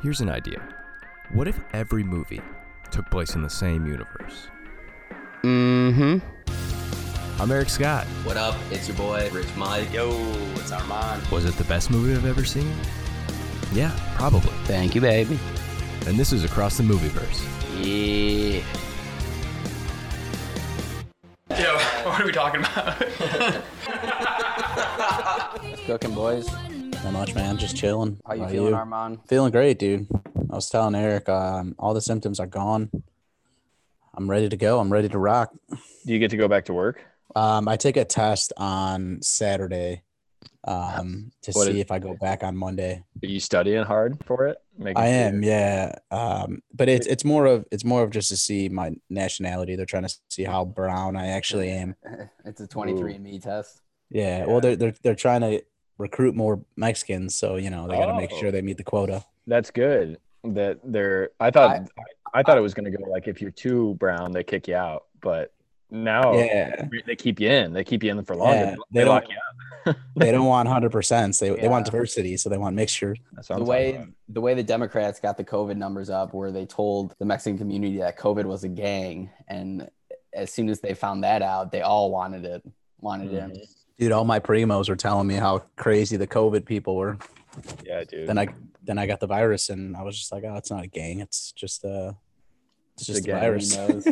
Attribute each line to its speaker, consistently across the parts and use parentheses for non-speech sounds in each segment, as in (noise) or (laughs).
Speaker 1: Here's an idea. What if every movie took place in the same universe?
Speaker 2: Mm-hmm.
Speaker 1: I'm Eric Scott.
Speaker 2: What up? It's your boy, Rich Mike. Yo, it's Armand.
Speaker 1: Was it the best movie I've ever seen? Yeah, probably.
Speaker 2: Thank you, baby.
Speaker 1: And this is Across the Movieverse.
Speaker 2: Yeah.
Speaker 3: Yo, what are we talking about?
Speaker 4: Cooking, boys.
Speaker 5: Not much, man. Just chilling.
Speaker 4: How you feeling, Armand?
Speaker 5: Feeling great, dude. I was telling Eric, um, all the symptoms are gone. I'm ready to go. I'm ready to rock.
Speaker 6: Do you get to go back to work?
Speaker 5: Um, I take a test on Saturday um, to
Speaker 6: What
Speaker 5: see
Speaker 6: is-
Speaker 5: if I go back on Monday.
Speaker 6: Are you studying hard for it? Making
Speaker 5: I
Speaker 6: sure-
Speaker 5: am, yeah. Um, but it's it's more of it's more of just to see my nationality. They're trying to see how brown I actually am.
Speaker 4: It's a 23andMe test.
Speaker 5: Yeah. Well, they're they're they're trying to recruit more Mexicans, so you know they got to make
Speaker 6: Oh.
Speaker 5: sure they meet the quota.
Speaker 6: That's good. That they're. I thought. I, thought it was gonna go like if you're too brown, they kick you out. But now
Speaker 5: Yeah.
Speaker 6: they keep you in. They keep you in for longer.
Speaker 5: Yeah,
Speaker 6: they
Speaker 5: they
Speaker 6: lock
Speaker 5: don't-
Speaker 6: you up.
Speaker 5: They don't want hundred percent. They they want
Speaker 4: Yeah.
Speaker 5: diversity, so they want mixture.
Speaker 6: That's what I'm
Speaker 4: The
Speaker 6: talking
Speaker 4: way
Speaker 6: about.
Speaker 4: the way the Democrats got the COVID numbers up, where they told the Mexican community that COVID was a gang, and as soon as they found that out, they all wanted it, wanted it. in.
Speaker 5: Dude, all my primos were telling me how crazy the COVID people were.
Speaker 6: Yeah, dude.
Speaker 5: Then I then I got the virus and I was just like, oh, it's not a gang. It's just a it's
Speaker 6: It's a
Speaker 5: just a,
Speaker 6: gang,
Speaker 5: virus.
Speaker 4: Who
Speaker 6: (laughs)
Speaker 4: knows?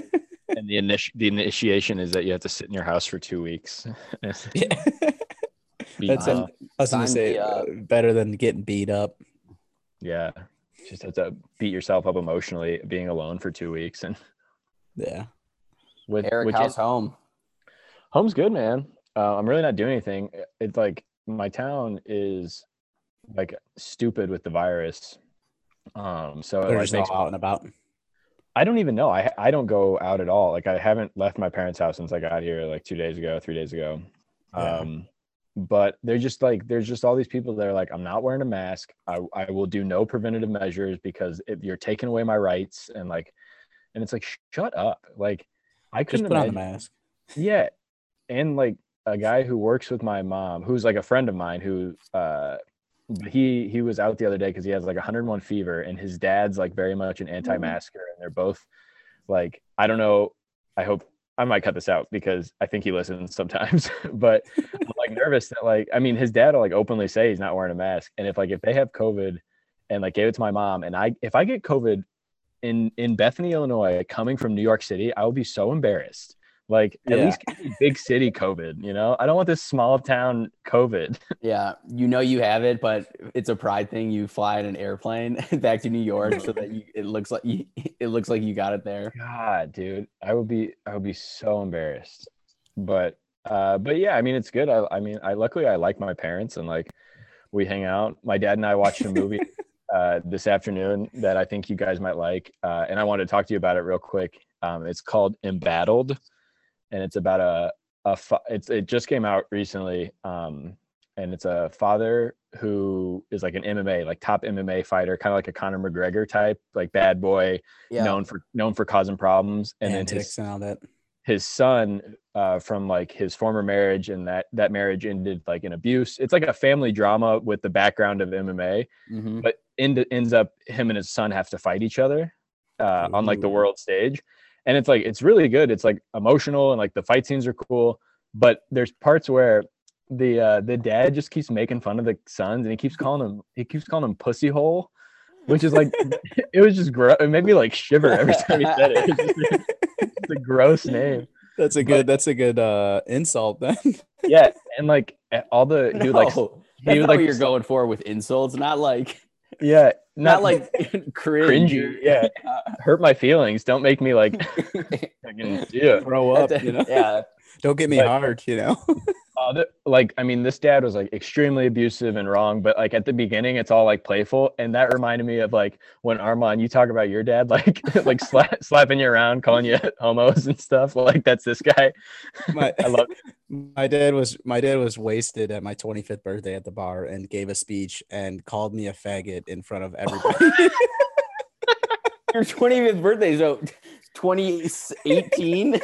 Speaker 6: and the initi- the initiation is that you have to sit in your house for two weeks. (laughs)
Speaker 5: yeah. (laughs)
Speaker 6: Be-
Speaker 5: That's
Speaker 4: Sign-
Speaker 5: a, I was
Speaker 4: sign
Speaker 5: gonna say
Speaker 4: me up.
Speaker 5: uh, better than getting beat up.
Speaker 6: yeah. Just have to beat yourself up emotionally being alone for two weeks and
Speaker 5: Yeah.
Speaker 6: with
Speaker 4: Eric,
Speaker 6: which
Speaker 4: how's
Speaker 6: is-
Speaker 4: home?
Speaker 6: Home's good, man. Uh, I'm really not doing anything. Uh, It's like my town is like stupid with the virus. Um, so it,
Speaker 5: They're
Speaker 6: like,
Speaker 5: just all
Speaker 6: makes,
Speaker 5: out and about.
Speaker 6: I don't even know. I I don't go out at all. Like I haven't left my parents' house since I got here like two days ago, three days ago.
Speaker 5: Yeah.
Speaker 6: Um, but they're just like there's just all these people that are like, I'm not wearing a mask. I I will do no preventative measures because if you're taking away my rights and like, and it's like sh- shut up. Like I
Speaker 5: Just
Speaker 6: couldn't
Speaker 5: put on the
Speaker 6: imagine-
Speaker 5: mask.
Speaker 6: yeah and like a guy who works with my mom who's like a friend of mine who uh he he was out the other day because he has like 101 fever and his dad's like very much an anti-masker and they're both like i don't know i hope i might cut this out because i think he listens sometimes (laughs) but i'm like nervous that like i mean his dad will like openly say he's not wearing a mask and if like if they have covid and like gave it to my mom and i if i get covid in in bethany illinois coming from new york city i will be so embarrassed like at
Speaker 5: Yeah.
Speaker 6: least give me big city covid you know i don't want this small town covid
Speaker 4: Yeah, you know you have it, but it's a pride thing. You fly in an airplane (laughs) back to New York so that you, it looks like (laughs) you, it looks like you got it there.
Speaker 6: god dude i would be i would be so embarrassed but uh but yeah i mean it's good i, I mean i luckily i like my parents and like we hang out my dad and i watched a movie uh this afternoon that i think you guys might like uh and i wanted to talk to you about it real quick um it's called embattled and it's about a a fa- it's it just came out recently um and it's a father who is like an MMA like top MMA fighter kind of like a Conor McGregor type like bad boy
Speaker 4: Yeah,
Speaker 6: known for known for causing problems and
Speaker 5: And
Speaker 6: then his,
Speaker 5: Antics and all that.
Speaker 6: his son uh, from like his former marriage and that that marriage ended like in abuse it's like a family drama with the background of mma
Speaker 4: Mhm.
Speaker 6: but end, ends up him and his son have to fight each other uh, on like the
Speaker 5: Ooh.
Speaker 6: world stage and it's like it's really good it's like emotional and like the fight scenes are cool but there's parts where the uh, the dad just keeps making fun of the sons and he keeps calling him he keeps calling him pussy hole which
Speaker 4: (laughs)
Speaker 6: is like (laughs) it was just gross it made me like shiver every time he said it It's just-
Speaker 4: (laughs)
Speaker 6: it's a gross name
Speaker 5: That's a good that's a good uh insult then. (laughs)
Speaker 6: yeah and like eh, all the dude like s-
Speaker 4: No, that's
Speaker 6: would,
Speaker 4: not
Speaker 6: like,
Speaker 4: what you're
Speaker 6: s-
Speaker 4: going for with insults. Not like
Speaker 6: yeah
Speaker 4: not,
Speaker 6: (laughs) not, like (laughs)
Speaker 4: like (laughs) cringe.
Speaker 6: cringy yeah hurt my feelings don't make me like
Speaker 4: (laughs)
Speaker 6: fucking- yeah
Speaker 5: Grow up, you know. (laughs)
Speaker 6: (laughs)
Speaker 4: Yeah,
Speaker 5: Don't get me
Speaker 6: But-
Speaker 5: hard, you know. (laughs)
Speaker 6: Uh, th- like I mean, this dad was like extremely abusive and wrong, but like at the beginning, it's all like playful, and that reminded me of like when Armand, you talk about your dad, (laughs) like like sla- slapping you around, calling you (laughs) homos and stuff. (laughs) Like that's this guy.
Speaker 5: my,
Speaker 6: I love.
Speaker 5: my dad was my dad was wasted at my 25th birthday at the bar and gave a speech and called me a faggot in front
Speaker 6: (laughs)
Speaker 5: of everybody. (laughs)
Speaker 4: your 25th birthday, so 2018.
Speaker 5: it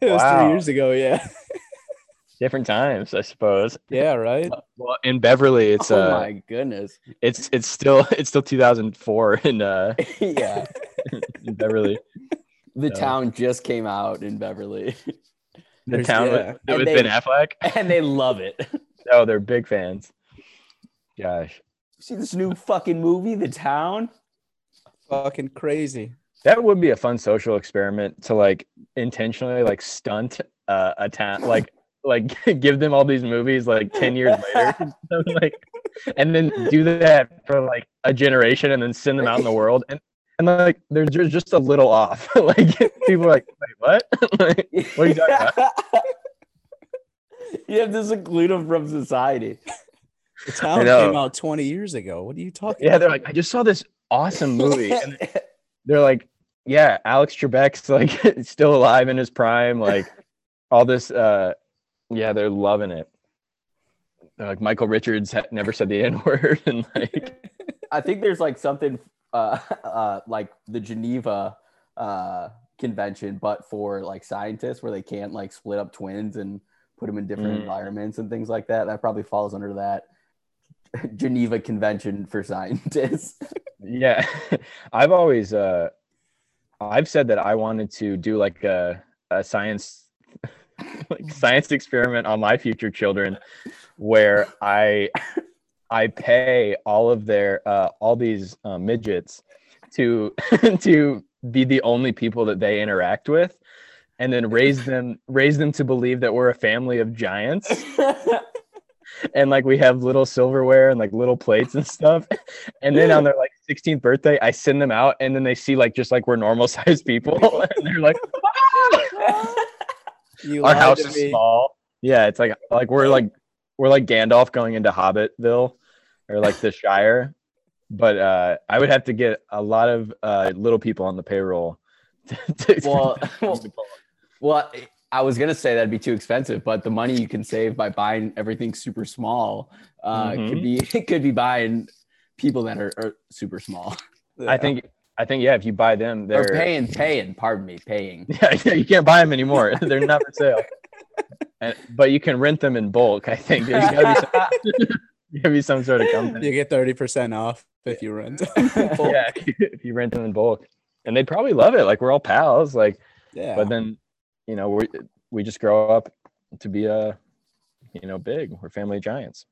Speaker 5: was
Speaker 6: Wow. (laughs)
Speaker 5: three years ago, yeah.
Speaker 6: different times, I suppose.
Speaker 5: Yeah, right.
Speaker 6: Well, in Beverly,
Speaker 4: (laughs)
Speaker 6: it's
Speaker 4: oh
Speaker 6: uh,
Speaker 4: my goodness. (laughs)
Speaker 6: it's it's still (laughs) it's still 2004 in uh
Speaker 4: yeah.
Speaker 6: in Beverly.
Speaker 4: The
Speaker 6: Yeah.
Speaker 4: town just came out in Beverly
Speaker 6: The
Speaker 5: There's-
Speaker 6: town
Speaker 5: yeah.
Speaker 6: with, with
Speaker 4: And Oh, they-
Speaker 6: Ben Affleck.
Speaker 4: and they love it. (laughs)
Speaker 6: Oh, they're big fans. Gosh,
Speaker 4: See this new fucking movie, The Town?
Speaker 5: Fucking crazy.
Speaker 6: that would be a fun social experiment to like intentionally like stunt uh, a town like like (laughs) give them all these movies like 10 years later (laughs) like and then do that for like a generation and then send them out in the world and and like they're ju- just a little off (laughs) like people are like wait what (laughs) Like, What are you talking
Speaker 4: (laughs) you have to seclude them from society.
Speaker 5: The town
Speaker 6: know.
Speaker 5: came out 20 years ago. What are you talking
Speaker 6: yeah
Speaker 5: about?
Speaker 6: they're like i just saw this awesome
Speaker 4: (laughs)
Speaker 6: movie and they're like, yeah, Alex Trebek's (laughs) like still alive in his prime, like all this. uh Yeah, they're loving it. They're like Michael Richards ha- never said the N word, (laughs) and like
Speaker 4: I think there's like something uh, (laughs) uh, like the Geneva uh, convention, but for like scientists where they can't like split up twins and put them in different
Speaker 6: Mm.
Speaker 4: environments and things like that. That probably falls under that (laughs) Geneva convention for scientists. (laughs)
Speaker 6: yeah, (laughs) I've always uh I've said that I wanted to do like a a science (laughs) like science experiment on my future children, where I I pay all of their uh, all these uh, midgets to (laughs) to be the only people that they interact with, and then raise them raise them to believe that we're a family of giants, and like we have little silverware and like little plates and stuff, (laughs) and then on their like 16th birthday, I send them out, and then they see like just like we're normal (laughs) sized people, and they're like,
Speaker 5: You
Speaker 6: our
Speaker 5: lied
Speaker 6: house
Speaker 5: to
Speaker 6: is
Speaker 5: me.
Speaker 6: small. Yeah, it's like like we're like we're like Gandalf going into Hobbitville or like the Shire. But uh, I would have to get a lot of uh, little people on the payroll. (laughs) To, to- (laughs)
Speaker 4: well, well, well, I was gonna say that'd be too expensive, but the money you can save by buying everything super small uh, could be (laughs) it could be buying people that are, are super small
Speaker 6: I think I think yeah, if you buy them,
Speaker 4: or
Speaker 6: they're
Speaker 4: paying paying. Pardon me, (laughs) paying.
Speaker 6: yeah, (laughs) yeah, you can't buy
Speaker 5: (laughs)
Speaker 6: them anymore. they're not for sale. And, but you can rent them in bulk. I think there's gotta be some, gotta be some sort of
Speaker 5: (laughs)
Speaker 6: company.
Speaker 5: You get 30% off if you rent.
Speaker 4: (laughs)
Speaker 6: Yeah, (laughs) if you rent them in bulk, and they'd probably love it. Like we're all pals. Like
Speaker 5: (laughs) yeah.
Speaker 6: but then you know we we just grow up to be a you know big we're family giants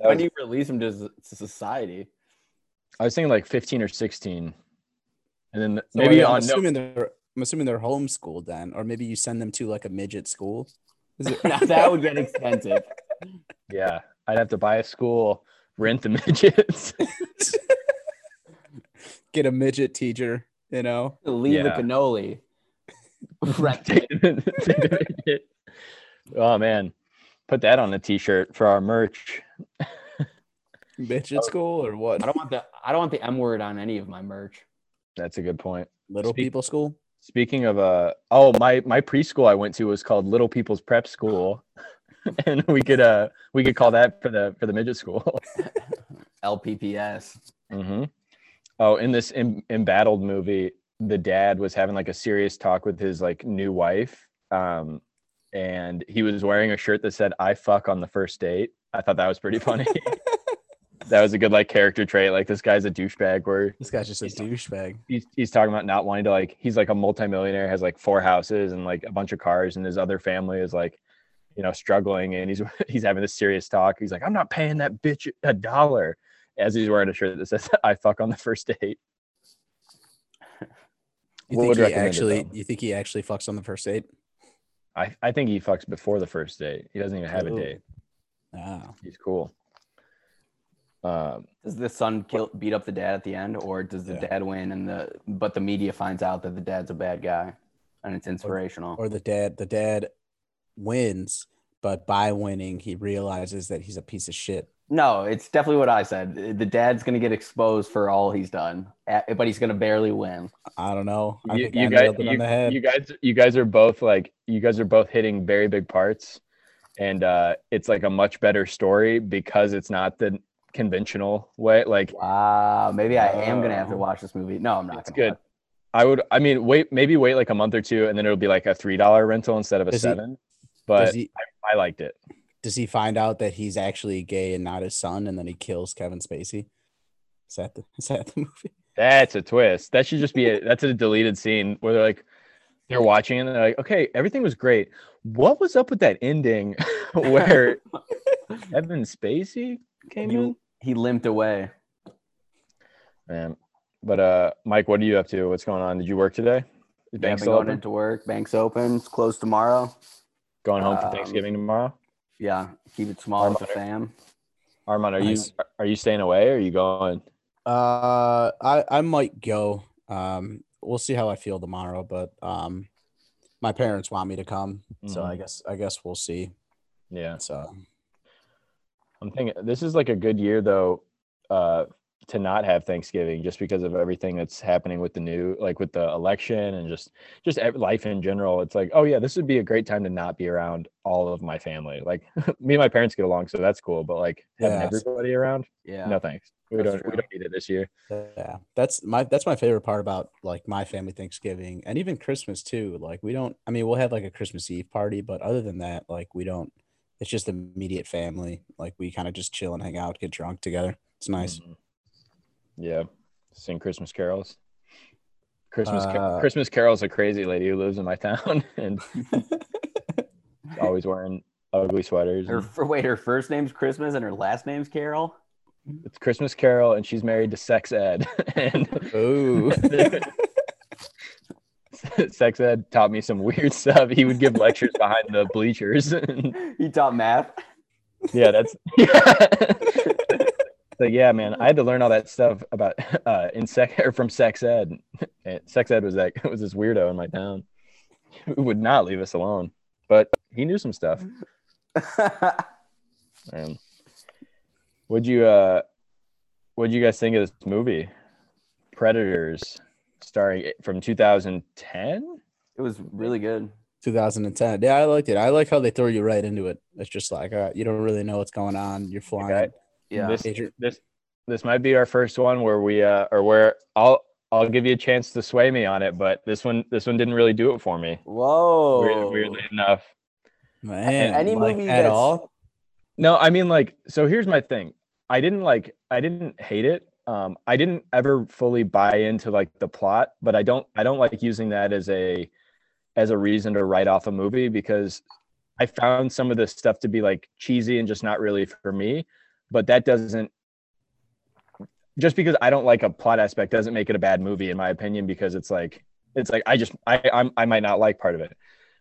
Speaker 4: when do you release them to, s- to society?
Speaker 6: i was thinking like 15 or 16 and then
Speaker 5: So
Speaker 6: maybe
Speaker 5: wait, I'm
Speaker 6: on no,
Speaker 5: assuming they're I'm assuming they're homeschooled then, or maybe you send them to like a midget school. Is
Speaker 4: (laughs)
Speaker 5: it- (laughs)
Speaker 4: Now, that would get (laughs) expensive.
Speaker 6: yeah i'd have to buy a school rent the (laughs) midgets
Speaker 5: get a midget teacher, you know?
Speaker 4: Leave
Speaker 6: Yeah.
Speaker 4: the cannoli. Right.
Speaker 6: Take the- take the midget. (laughs) oh man put that on a t-shirt for our merch Oh.
Speaker 5: Midget school or
Speaker 4: I
Speaker 5: what?
Speaker 4: don't want the I don't want the M word on any of my merch.
Speaker 6: that's a good point
Speaker 5: Little
Speaker 6: speak-
Speaker 5: people school?
Speaker 6: speaking of uh oh my my preschool i went to was called little people's prep school (laughs) and we could uh we could call that for the for the midget school
Speaker 4: LPPS.
Speaker 6: Mm-hmm. Oh, in this em- embattled movie, the dad was having like a serious talk with his like new wife, um, and he was wearing a shirt that said "I fuck on the first date." I thought that was pretty funny. (laughs) that was a good like character trait. Like this guy's a douchebag. Where
Speaker 5: This guy's just a douchebag.
Speaker 6: he's he's talking about not wanting to like he's like a multimillionaire, has like four houses and like a bunch of cars, and his other family is like, you know, struggling, and he's (laughs) he's having this serious talk. He's like, I'm not paying that bitch a dollar, as he's wearing a shirt that says (laughs) "I fuck on the first date."
Speaker 5: You
Speaker 6: What would
Speaker 5: think he
Speaker 6: recommend it,
Speaker 5: actually
Speaker 6: though?
Speaker 5: you think he actually fucks on the first date?
Speaker 6: I I think he fucks before the first date. He doesn't even have a
Speaker 5: Ooh.
Speaker 6: date.
Speaker 5: Ah.
Speaker 6: He's cool. Um,
Speaker 4: Does the son kill beat up the dad at the end, or does the
Speaker 5: Yeah.
Speaker 4: dad win and the but the media finds out that the dad's a bad guy and it's inspirational?
Speaker 5: Or the dad the dad wins, but by winning he realizes that he's a piece of shit.
Speaker 4: no, it's definitely what I said. The dad's gonna get exposed for all he's done, a- but he's gonna barely win.
Speaker 5: I don't know. I
Speaker 6: you,
Speaker 5: think
Speaker 6: you
Speaker 5: I
Speaker 6: guys,
Speaker 5: nailed it on the
Speaker 6: you,
Speaker 5: head.
Speaker 6: you guys, you guys are both like you guys are both hitting very big parts, and uh, it's like a much better story because it's not the conventional way. Like
Speaker 4: Wow, maybe I am gonna have to
Speaker 6: Wow.
Speaker 4: watch this movie. No, I'm not.
Speaker 6: It's
Speaker 4: gonna
Speaker 6: good.
Speaker 4: watch
Speaker 6: I would, I mean, wait, maybe wait like a month or two, and then it'll be like a three dollar rental instead of a
Speaker 5: Is it-
Speaker 6: seven. but
Speaker 5: does he
Speaker 6: I liked it.
Speaker 5: does he find out that he's actually gay and not his son, and then he kills Kevin Spacey? Is that the (laughs) is that the movie?
Speaker 6: That's a twist. That should just be
Speaker 5: (laughs)
Speaker 6: a that's a deleted scene where they're like they're watching and they're like, okay, everything was great. What was up with that ending
Speaker 5: (laughs)
Speaker 6: (laughs) where Evan Spacey came
Speaker 4: You-
Speaker 6: in?
Speaker 4: He limped away.
Speaker 6: Man. But uh Mike, what are you up to? What's going on? Did you work today?
Speaker 4: Yeah,
Speaker 6: Is
Speaker 4: I've
Speaker 6: bank
Speaker 4: been
Speaker 6: still
Speaker 4: going
Speaker 6: open?
Speaker 4: into work. Bank's open. It's closed tomorrow.
Speaker 6: Going home for
Speaker 4: Um,
Speaker 6: Thanksgiving tomorrow?
Speaker 4: Yeah, keep it small with the fam.
Speaker 6: Armand, are
Speaker 5: Nice.
Speaker 6: you are you staying away or are you going?
Speaker 5: Uh, I I might go. Um, we'll see how I feel tomorrow, but um, my parents want me to come, so
Speaker 6: Mhm.
Speaker 5: I guess I guess we'll see.
Speaker 6: Yeah.
Speaker 5: So
Speaker 6: I'm thinking this is like a good year though, uh, to not have Thanksgiving just because of everything that's happening with the new, like with the election and just just ev- life in general. It's like, oh yeah, this would be a great time to not be around all of my family. Like (laughs) me and my parents get along, so that's cool. But like having
Speaker 5: Yeah.
Speaker 6: everybody around,
Speaker 4: Yeah.
Speaker 6: no thanks. We
Speaker 4: That's
Speaker 6: don't
Speaker 4: true.
Speaker 6: we don't need it this year.
Speaker 5: yeah, that's my that's my favorite part about like my family Thanksgiving and even Christmas too. Like we don't. I mean, we'll have like a Christmas Eve party, but other than that, like we don't. It's just immediate family. Like we kind of just chill and hang out, get drunk together. It's nice.
Speaker 6: Mhm. Yeah, sing Christmas carols. Christmas ca-
Speaker 5: Uh,
Speaker 6: Christmas Carol's a crazy lady who lives in my (laughs) town
Speaker 5: (laughs)
Speaker 6: and she's always wearing ugly sweaters.
Speaker 4: Her
Speaker 6: and-
Speaker 4: f- wait, her first name's Christmas and her last name's Carol. (laughs)
Speaker 6: it's Christmas Carol, and she's married to Sex Ed. (laughs)
Speaker 5: (laughs)
Speaker 6: and
Speaker 4: Mm-hmm.
Speaker 5: Ooh.
Speaker 6: Sex Ed taught me some weird stuff. He would give lectures behind the bleachers. (laughs)
Speaker 4: He taught math. (laughs)
Speaker 6: yeah, that's yeah. (laughs) so yeah, man, I had to learn all that stuff about (laughs) uh, in sec or from Sex Ed. And sex Ed was that (laughs) was this weirdo in my town (laughs) who would not leave us alone, but he knew some stuff. And would you uh what'd you guys think of this movie? Predators starring eh, from 2010?
Speaker 4: it was really good.
Speaker 5: 2010. Yeah, I liked it. I like how they throw you right into it. It's just like, all right, you don't really know what's going on. You're flying.
Speaker 6: Okay.
Speaker 4: Yeah.
Speaker 6: This
Speaker 5: Adrian-
Speaker 6: this this might be our first one where we uh or where I'll I'll give you a chance to sway me on it, but this one this one didn't really do it for me.
Speaker 4: Whoa.
Speaker 6: Weird, weirdly enough.
Speaker 5: Man,
Speaker 4: Any
Speaker 5: like,
Speaker 4: movie
Speaker 5: at
Speaker 4: that's-
Speaker 5: all?
Speaker 6: No, I mean like so here's my thing. I didn't like I didn't hate it. Um I didn't ever fully buy into like the plot, but I don't I don't like using that as a as a reason to write off a movie because I found some of this stuff to be like cheesy and just not really for me, but that doesn't just because I don't like a plot aspect doesn't make it a bad movie in my opinion because it's like it's like I just I I'm, I might not like part of it.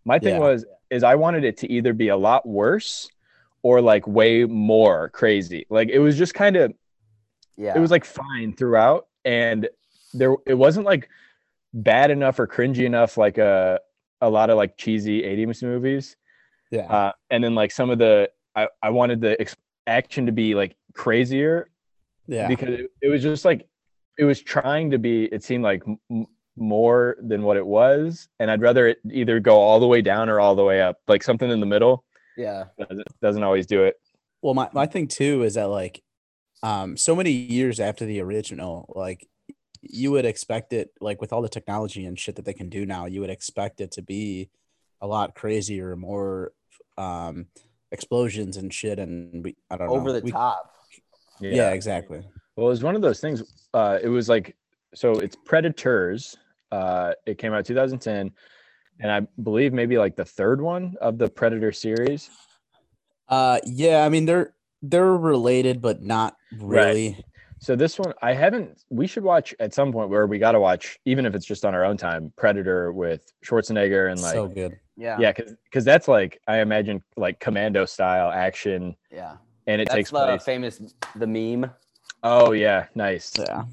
Speaker 6: My thing
Speaker 5: Yeah.
Speaker 6: was is I wanted it to either be a lot worse or like way more crazy. Like it was just kind of
Speaker 4: yeah.
Speaker 6: it was like fine throughout and there it wasn't like bad enough or cringy enough like a a lot of like cheesy 80s movies
Speaker 5: Yeah.
Speaker 6: uh, and then like some of the i, I wanted the ex- action to be like crazier
Speaker 5: yeah.
Speaker 6: because it, it was just like it was trying to be it seemed like m- m- more than what it was and i'd rather it either go all the way down or all the way up like something in the middle
Speaker 4: yeah.
Speaker 6: doesn't, doesn't always do it
Speaker 5: Well, my, my thing too is that like um so many years after the original, like you would expect it like with all the technology and shit that they can do now, you would expect it to be a lot crazier, more um explosions and shit and we I don't know.
Speaker 4: Over the
Speaker 5: We-
Speaker 4: top.
Speaker 5: Yeah, exactly.
Speaker 6: Well, it was one of those things. Uh, it was like so. It's Predators. Uh, it came out 2010, and I believe maybe like the third one of the Predator series.
Speaker 5: Uh yeah, I mean they're they're related but not really.
Speaker 6: So this one, I haven't. We should watch at some point where we got to watch, even if it's just on our own time, Predator with Schwarzenegger and like,
Speaker 5: so good.
Speaker 4: Yeah.
Speaker 6: yeah, because that's like I imagine like Commando style action,
Speaker 4: Yeah.
Speaker 6: and it
Speaker 4: That's
Speaker 6: takes
Speaker 4: the
Speaker 6: place.
Speaker 4: famous the meme.
Speaker 6: Oh yeah, nice.
Speaker 5: Yeah.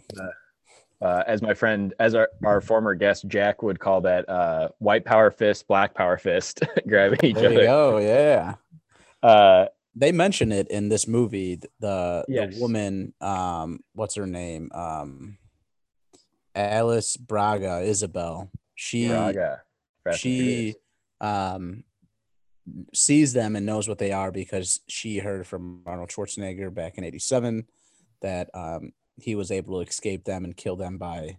Speaker 6: uh, as my friend, as our, our former guest Jack would call that, uh, white power fist, black power fist, (laughs) grabbing each
Speaker 5: There you
Speaker 6: other.
Speaker 5: go. Yeah.
Speaker 6: Uh,
Speaker 5: They mention it in this movie. th- The,
Speaker 6: Yes.
Speaker 5: the woman, um, what's her name? Um, Alice Braga Isabel. She
Speaker 6: Braga.
Speaker 5: she um sees them and knows what they are because she heard from Arnold Schwarzenegger back in 87 that um he was able to escape them and kill them by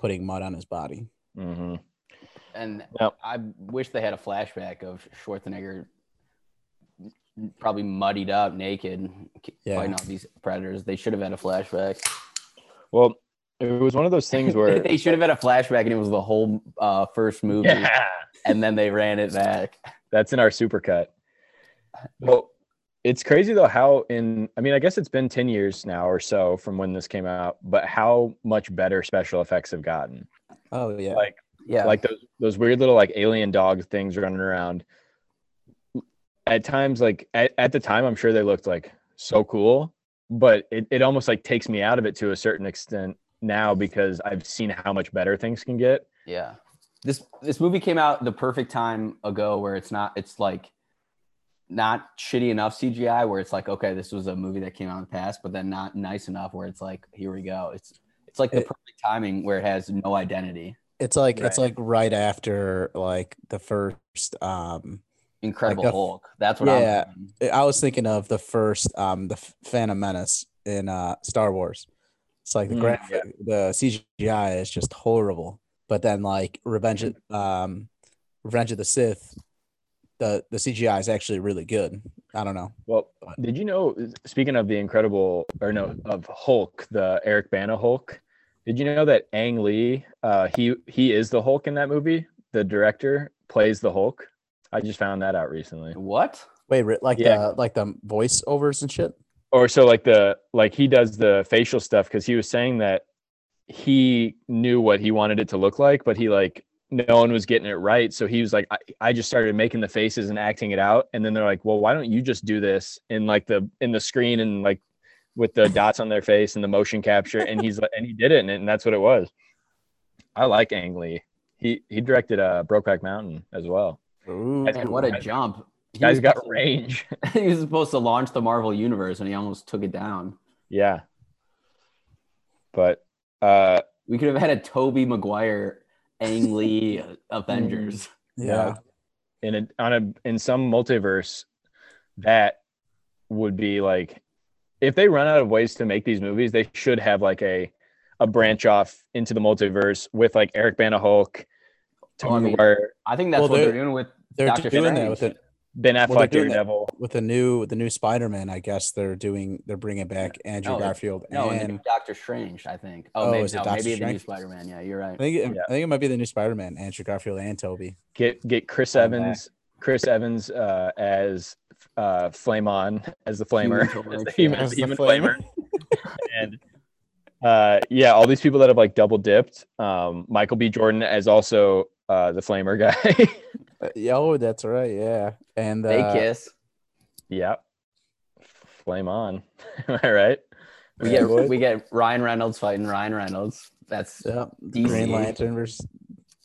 Speaker 5: putting mud on his body.
Speaker 6: hmm
Speaker 4: And
Speaker 6: Yep.
Speaker 4: I wish they had a flashback of Schwarzenegger probably muddied up, naked, k-
Speaker 5: Yeah.
Speaker 4: fighting off these predators. They should have had a
Speaker 6: (laughs)
Speaker 4: flashback.
Speaker 6: Well, it was one of those things
Speaker 5: (laughs)
Speaker 6: where
Speaker 4: they should have had a flashback, and it was the whole uh, first movie,
Speaker 6: yeah,
Speaker 4: (laughs) and then they ran it back.
Speaker 6: that's in our supercut. Well, it's crazy though how in I mean I guess it's been ten years now or so from when this came out, but how much better special effects have gotten.
Speaker 5: Oh yeah.
Speaker 6: Like
Speaker 4: Yeah,
Speaker 6: like those those weird little like alien dog things running around. At times, like at, at the time, I'm sure they looked like so cool, but it, it almost like takes me out of it to a certain extent now because I've seen how much better things can get.
Speaker 4: yeah. This this movie came out the perfect time ago, where it's not. It's like not shitty enough CGI, where it's like, okay, this was a movie that came out in the past, but then not nice enough, where it's like, here we go. It's it's like the
Speaker 5: It-
Speaker 4: perfect timing where it has no identity.
Speaker 5: It's like it's
Speaker 6: Right.
Speaker 5: like right after like the first um
Speaker 4: Incredible
Speaker 5: Like a-
Speaker 4: Hulk. That's what
Speaker 5: Yeah.
Speaker 4: I'm. Thinking.
Speaker 5: I was thinking of the first um the Ph- Phantom Menace in uh Star Wars. It's like the
Speaker 6: Mm,
Speaker 5: graph the CGI is just horrible. But then like Revenge of
Speaker 4: Mm.
Speaker 5: um Revenge of the Sith, the the CGI is actually really good. I don't know.
Speaker 6: Well, did you know? Speaking of the incredible, or no, of Hulk, the Eric Bana Hulk. Did you know that Ang Lee, uh, he he is the Hulk in that movie? The director plays the Hulk. I just found that out recently.
Speaker 4: What?
Speaker 5: Wait, re- like
Speaker 6: Yeah.
Speaker 5: the like the voiceovers and shit.
Speaker 6: or so like the like he does the facial stuff because he was saying that he knew what he wanted it to look like but he like no one was getting it right so he was like I, I just started making the faces and acting it out and then they're like well why don't you just do this in like the in the screen and like with the dots on their face and the motion capture and he's like and he did it and, and that's what it was i like ang lee he he directed uh brokeback mountain as well
Speaker 5: Ooh.
Speaker 6: That's
Speaker 4: Man, what a
Speaker 6: Guys-
Speaker 4: jump! He
Speaker 6: guys
Speaker 4: was
Speaker 6: got
Speaker 4: supposed
Speaker 6: range
Speaker 4: to- (laughs) he was supposed to launch the Marvel universe, and he almost took it down.
Speaker 6: yeah but uh
Speaker 4: We could have had a Toby Maguire, Ang Lee
Speaker 5: (laughs)
Speaker 4: Avengers.
Speaker 5: Yeah.
Speaker 6: in a, on a in some multiverse that would be like if they run out of ways to make these movies they should have like a a branch off into the multiverse with like Eric Bana Hulk
Speaker 4: Oh, I
Speaker 6: Tony
Speaker 4: mean-
Speaker 6: Maguire,
Speaker 4: I think that's
Speaker 5: Well,
Speaker 4: what they're
Speaker 5: they're-
Speaker 4: doing with
Speaker 5: They're
Speaker 4: Doctor
Speaker 5: doing
Speaker 4: Strange.
Speaker 5: that with it
Speaker 6: Ben
Speaker 5: they're
Speaker 6: Affleck
Speaker 5: doing that.
Speaker 6: Daredevil
Speaker 5: with the new the new Spider-Man, I guess they're doing they're bringing back Andrew
Speaker 4: No, it-
Speaker 5: Garfield
Speaker 4: no, and, the
Speaker 5: and
Speaker 4: new Doctor Strange. I think.
Speaker 5: Oh,
Speaker 4: Oh, maybe,
Speaker 5: is it
Speaker 4: no,
Speaker 5: Doctor
Speaker 4: maybe the new
Speaker 5: Strange?
Speaker 4: Spider-Man. Yeah, you're
Speaker 5: I
Speaker 4: right.
Speaker 5: think it,
Speaker 6: Yeah.
Speaker 5: I think it might be the new Spider-Man, Andrew Garfield and Toby.
Speaker 6: get get Chris Come back. Evans Chris Evans uh, as uh, Flame On as the Flamer
Speaker 4: Human
Speaker 6: (laughs) as the
Speaker 4: Torch,
Speaker 6: human,
Speaker 5: As the
Speaker 6: human
Speaker 5: Flamer.
Speaker 6: Flamer and uh, yeah all these people that have like double dipped um, Michael B Jordan as also uh, the Flamer guy (laughs)
Speaker 5: Uh, yeah, oh, that's right. Yeah, and
Speaker 4: They
Speaker 5: uh,
Speaker 4: kiss.
Speaker 6: Yep. Flame on. (laughs) Am I right?
Speaker 4: We
Speaker 6: Yeah,
Speaker 4: get
Speaker 6: boy.
Speaker 4: we get Ryan Reynolds fighting Ryan Reynolds. That's
Speaker 5: yeah,
Speaker 4: DC.
Speaker 5: Green Lantern versus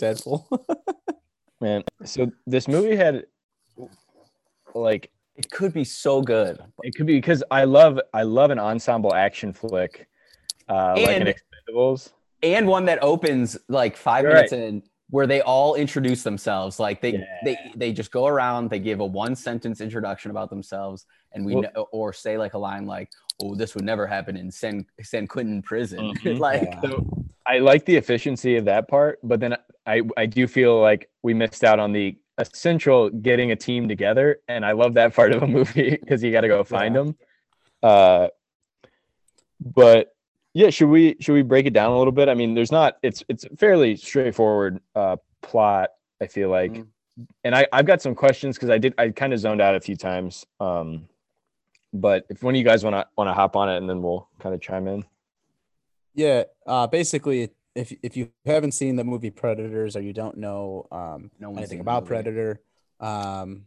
Speaker 5: Deadpool. (laughs)
Speaker 6: Man. So this movie had like
Speaker 4: it. Could be so good.
Speaker 6: it could be because I love I love an ensemble action flick. Uh like in
Speaker 4: And-
Speaker 6: Expendables.
Speaker 4: and one that opens like 5
Speaker 6: You're
Speaker 4: minutes in where they all introduce themselves like they
Speaker 6: Yeah.
Speaker 4: they they just go around they give a one sentence introduction about themselves and we
Speaker 6: Well-
Speaker 4: know, or say like a line like oh this would never happen in san san quentin prison (laughs)
Speaker 6: Mhm.
Speaker 4: like
Speaker 5: Yeah.
Speaker 6: So I like the efficiency of that part, but then I I do feel like we missed out on the essential getting a team together, and I love that part of a (laughs) movie because you got to go find
Speaker 5: Yeah.
Speaker 6: them. Uh, but yeah, should we should we break it down a little bit? I mean, there's not it's it's a fairly straightforward uh, plot. I feel like,
Speaker 4: Mhm.
Speaker 6: and I I've got some questions because I did I kind of zoned out a few times. Um, but if one of you guys want to want to hop on it, and then we'll kind of chime in.
Speaker 5: yeah, uh, basically, if if you haven't seen the movie Predators or you don't know um,
Speaker 4: no one's
Speaker 5: anything
Speaker 4: seen
Speaker 5: about
Speaker 4: the movie.
Speaker 5: Predator. Um,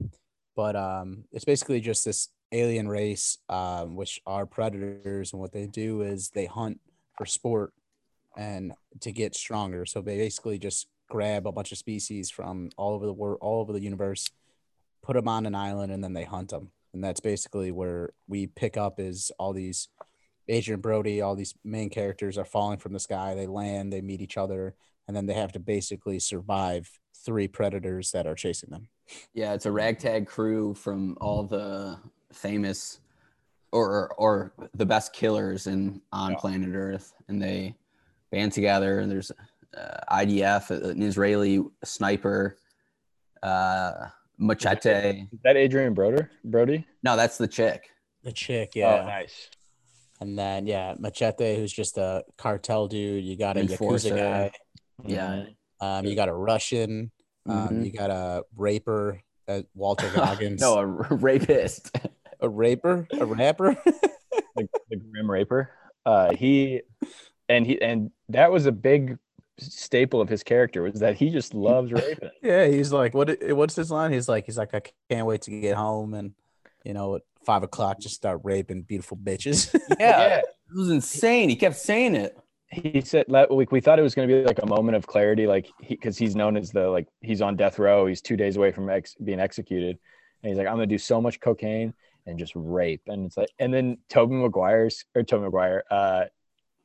Speaker 5: but um, it's basically just this alien race, um, which are predators, and what they do is they hunt for sport and to get stronger. So they basically just grab a bunch of species from all over the world, all over the universe, put them on an island, and then they hunt them. And that's basically where we pick up is all these Adrian Brody, all these main characters are falling from the sky. They land, they meet each other, and then they have to basically survive three predators that are chasing them.
Speaker 4: yeah it's a ragtag crew from all the famous or or the best killers in on planet earth and they band together and there's uh, idf an israeli sniper uh, Machete.
Speaker 6: Is that Adrian Broder? Brody?
Speaker 4: No, that's the chick.
Speaker 5: The chick,
Speaker 6: Oh,
Speaker 5: yeah.
Speaker 6: nice.
Speaker 5: And then yeah, Machete, who's just a cartel dude. You got a
Speaker 4: Enforcer.
Speaker 5: yakuza guy.
Speaker 4: Yeah.
Speaker 5: Um, you got a Russian. Um,
Speaker 6: Mm-hmm.
Speaker 4: Mhm.
Speaker 6: (laughs)
Speaker 5: you got a raper. Uh, Walter (laughs)
Speaker 4: (laughs)
Speaker 5: Goggins.
Speaker 4: No, a rapist. (laughs)
Speaker 5: a raper, a rapper. (laughs)
Speaker 6: the, the Grim Reaper. Uh, he and he and that was a big staple of his character was that he just loves raping. (laughs)
Speaker 5: yeah, he's like, what? What's his line? He's like, he's like, I can't wait to get home and, you know, at five o'clock, just start raping beautiful bitches. (laughs)
Speaker 4: yeah. It was insane. He kept saying
Speaker 6: (laughs)
Speaker 4: it.
Speaker 6: He said la- we we thought it was going to be like a moment of clarity, like because he's known as the like he's on death row. He's two days away from ex- being executed, and he's like, I'm going to do so much cocaine and just rape. And it's like, and then Toby Maguire's or Toby Maguire, uh,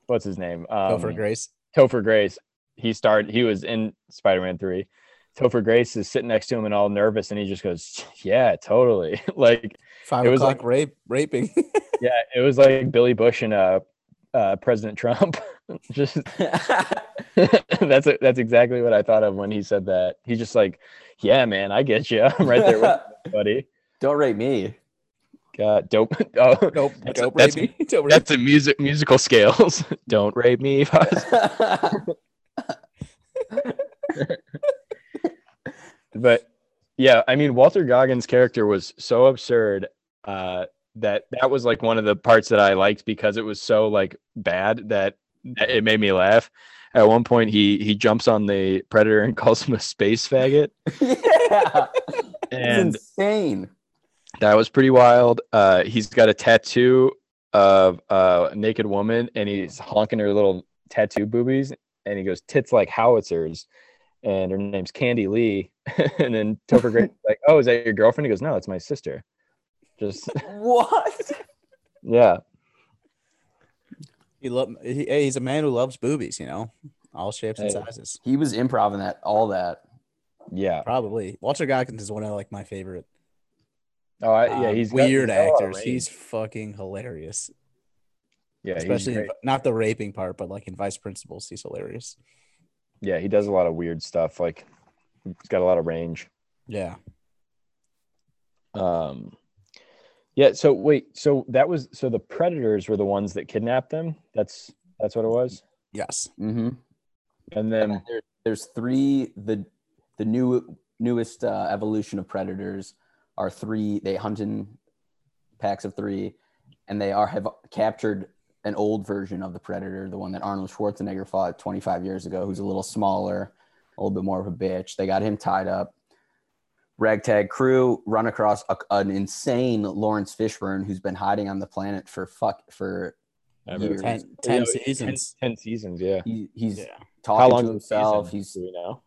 Speaker 6: what's his name?
Speaker 5: Go
Speaker 6: Um,
Speaker 5: for Grace.
Speaker 6: Topher Grace, he started, he was in Spider Man 3. Topher Grace is sitting next to him and all nervous, and he just goes, Yeah, totally. (laughs) like,
Speaker 5: Five
Speaker 6: it was
Speaker 5: o'clock
Speaker 6: like-
Speaker 5: rape, raping. (laughs)
Speaker 6: yeah, it was like Billy Bush and uh, uh, President Trump. (laughs) just that's that's exactly what I thought of when he said that. He's just like, Yeah, man, I get you. (laughs) I'm right there with you, buddy.
Speaker 4: (laughs) Don't rape me. (laughs)
Speaker 6: God, dope. (laughs) Oh,
Speaker 5: nope,
Speaker 6: That's-
Speaker 5: don't rape
Speaker 6: that's-
Speaker 5: (laughs) me. Don't rape
Speaker 6: that's the music musical scales. (laughs) Don't rape me. (laughs) but yeah, I mean Walter Goggins' character was so absurd uh, that that was like one of the parts that I liked because it was so like bad that that it made me laugh. At one point, he he jumps on the predator and (laughs) calls him a space faggot,
Speaker 4: yeah.
Speaker 6: and
Speaker 4: it's insane.
Speaker 6: that was pretty wild. Uh, he's got a tattoo of uh, a naked woman, and he's honking her little tattoo boobies, and he goes tits like howitzers, and her name's Candy Lee, (laughs) and then Topher Grace is like, oh, is that your girlfriend? He goes, no, it's my sister. Just (laughs)
Speaker 4: What?
Speaker 6: yeah,
Speaker 5: He love. He, hey, he's a man who loves boobies. You know, all shapes and
Speaker 6: Hey.
Speaker 5: sizes.
Speaker 4: He was improvising that all that.
Speaker 6: yeah.
Speaker 5: Probably Walter Goggins is one of like my favorite.
Speaker 6: Oh, I, yeah,
Speaker 5: um,
Speaker 6: he's got-
Speaker 5: weird
Speaker 6: he's got a lot of
Speaker 5: actors.
Speaker 6: range.
Speaker 5: He's fucking hilarious.
Speaker 6: yeah, he's
Speaker 5: Especially in-
Speaker 6: great.
Speaker 5: not the raping part, but like in Vice Principals, he's hilarious.
Speaker 6: yeah, he does a lot of weird stuff. Like he's got a lot of range.
Speaker 5: Yeah.
Speaker 6: Um, yeah. So wait. So that was so the predators were the ones that kidnapped them. That's that's what it was.
Speaker 5: Yes.
Speaker 4: hmm
Speaker 6: And then
Speaker 4: there, there's three the the new newest uh, evolution of predators are three they hunt in packs of three and they are have captured an old version of the predator the one that arnold schwarzenegger fought 25 years ago who's a little smaller a little bit more of a bitch they got him tied up ragtag crew run across a, an insane lawrence fishburne who's been hiding on the planet for fuck for years.
Speaker 5: Ten,
Speaker 6: Yeah,
Speaker 5: ten
Speaker 6: it was ten-
Speaker 5: seasons.
Speaker 6: Ten, seasons. Yeah.
Speaker 4: He, he's
Speaker 5: Yeah.
Speaker 6: How
Speaker 4: talking
Speaker 6: long
Speaker 4: to
Speaker 6: is the
Speaker 4: himself
Speaker 6: season?
Speaker 4: he's
Speaker 6: Do we know.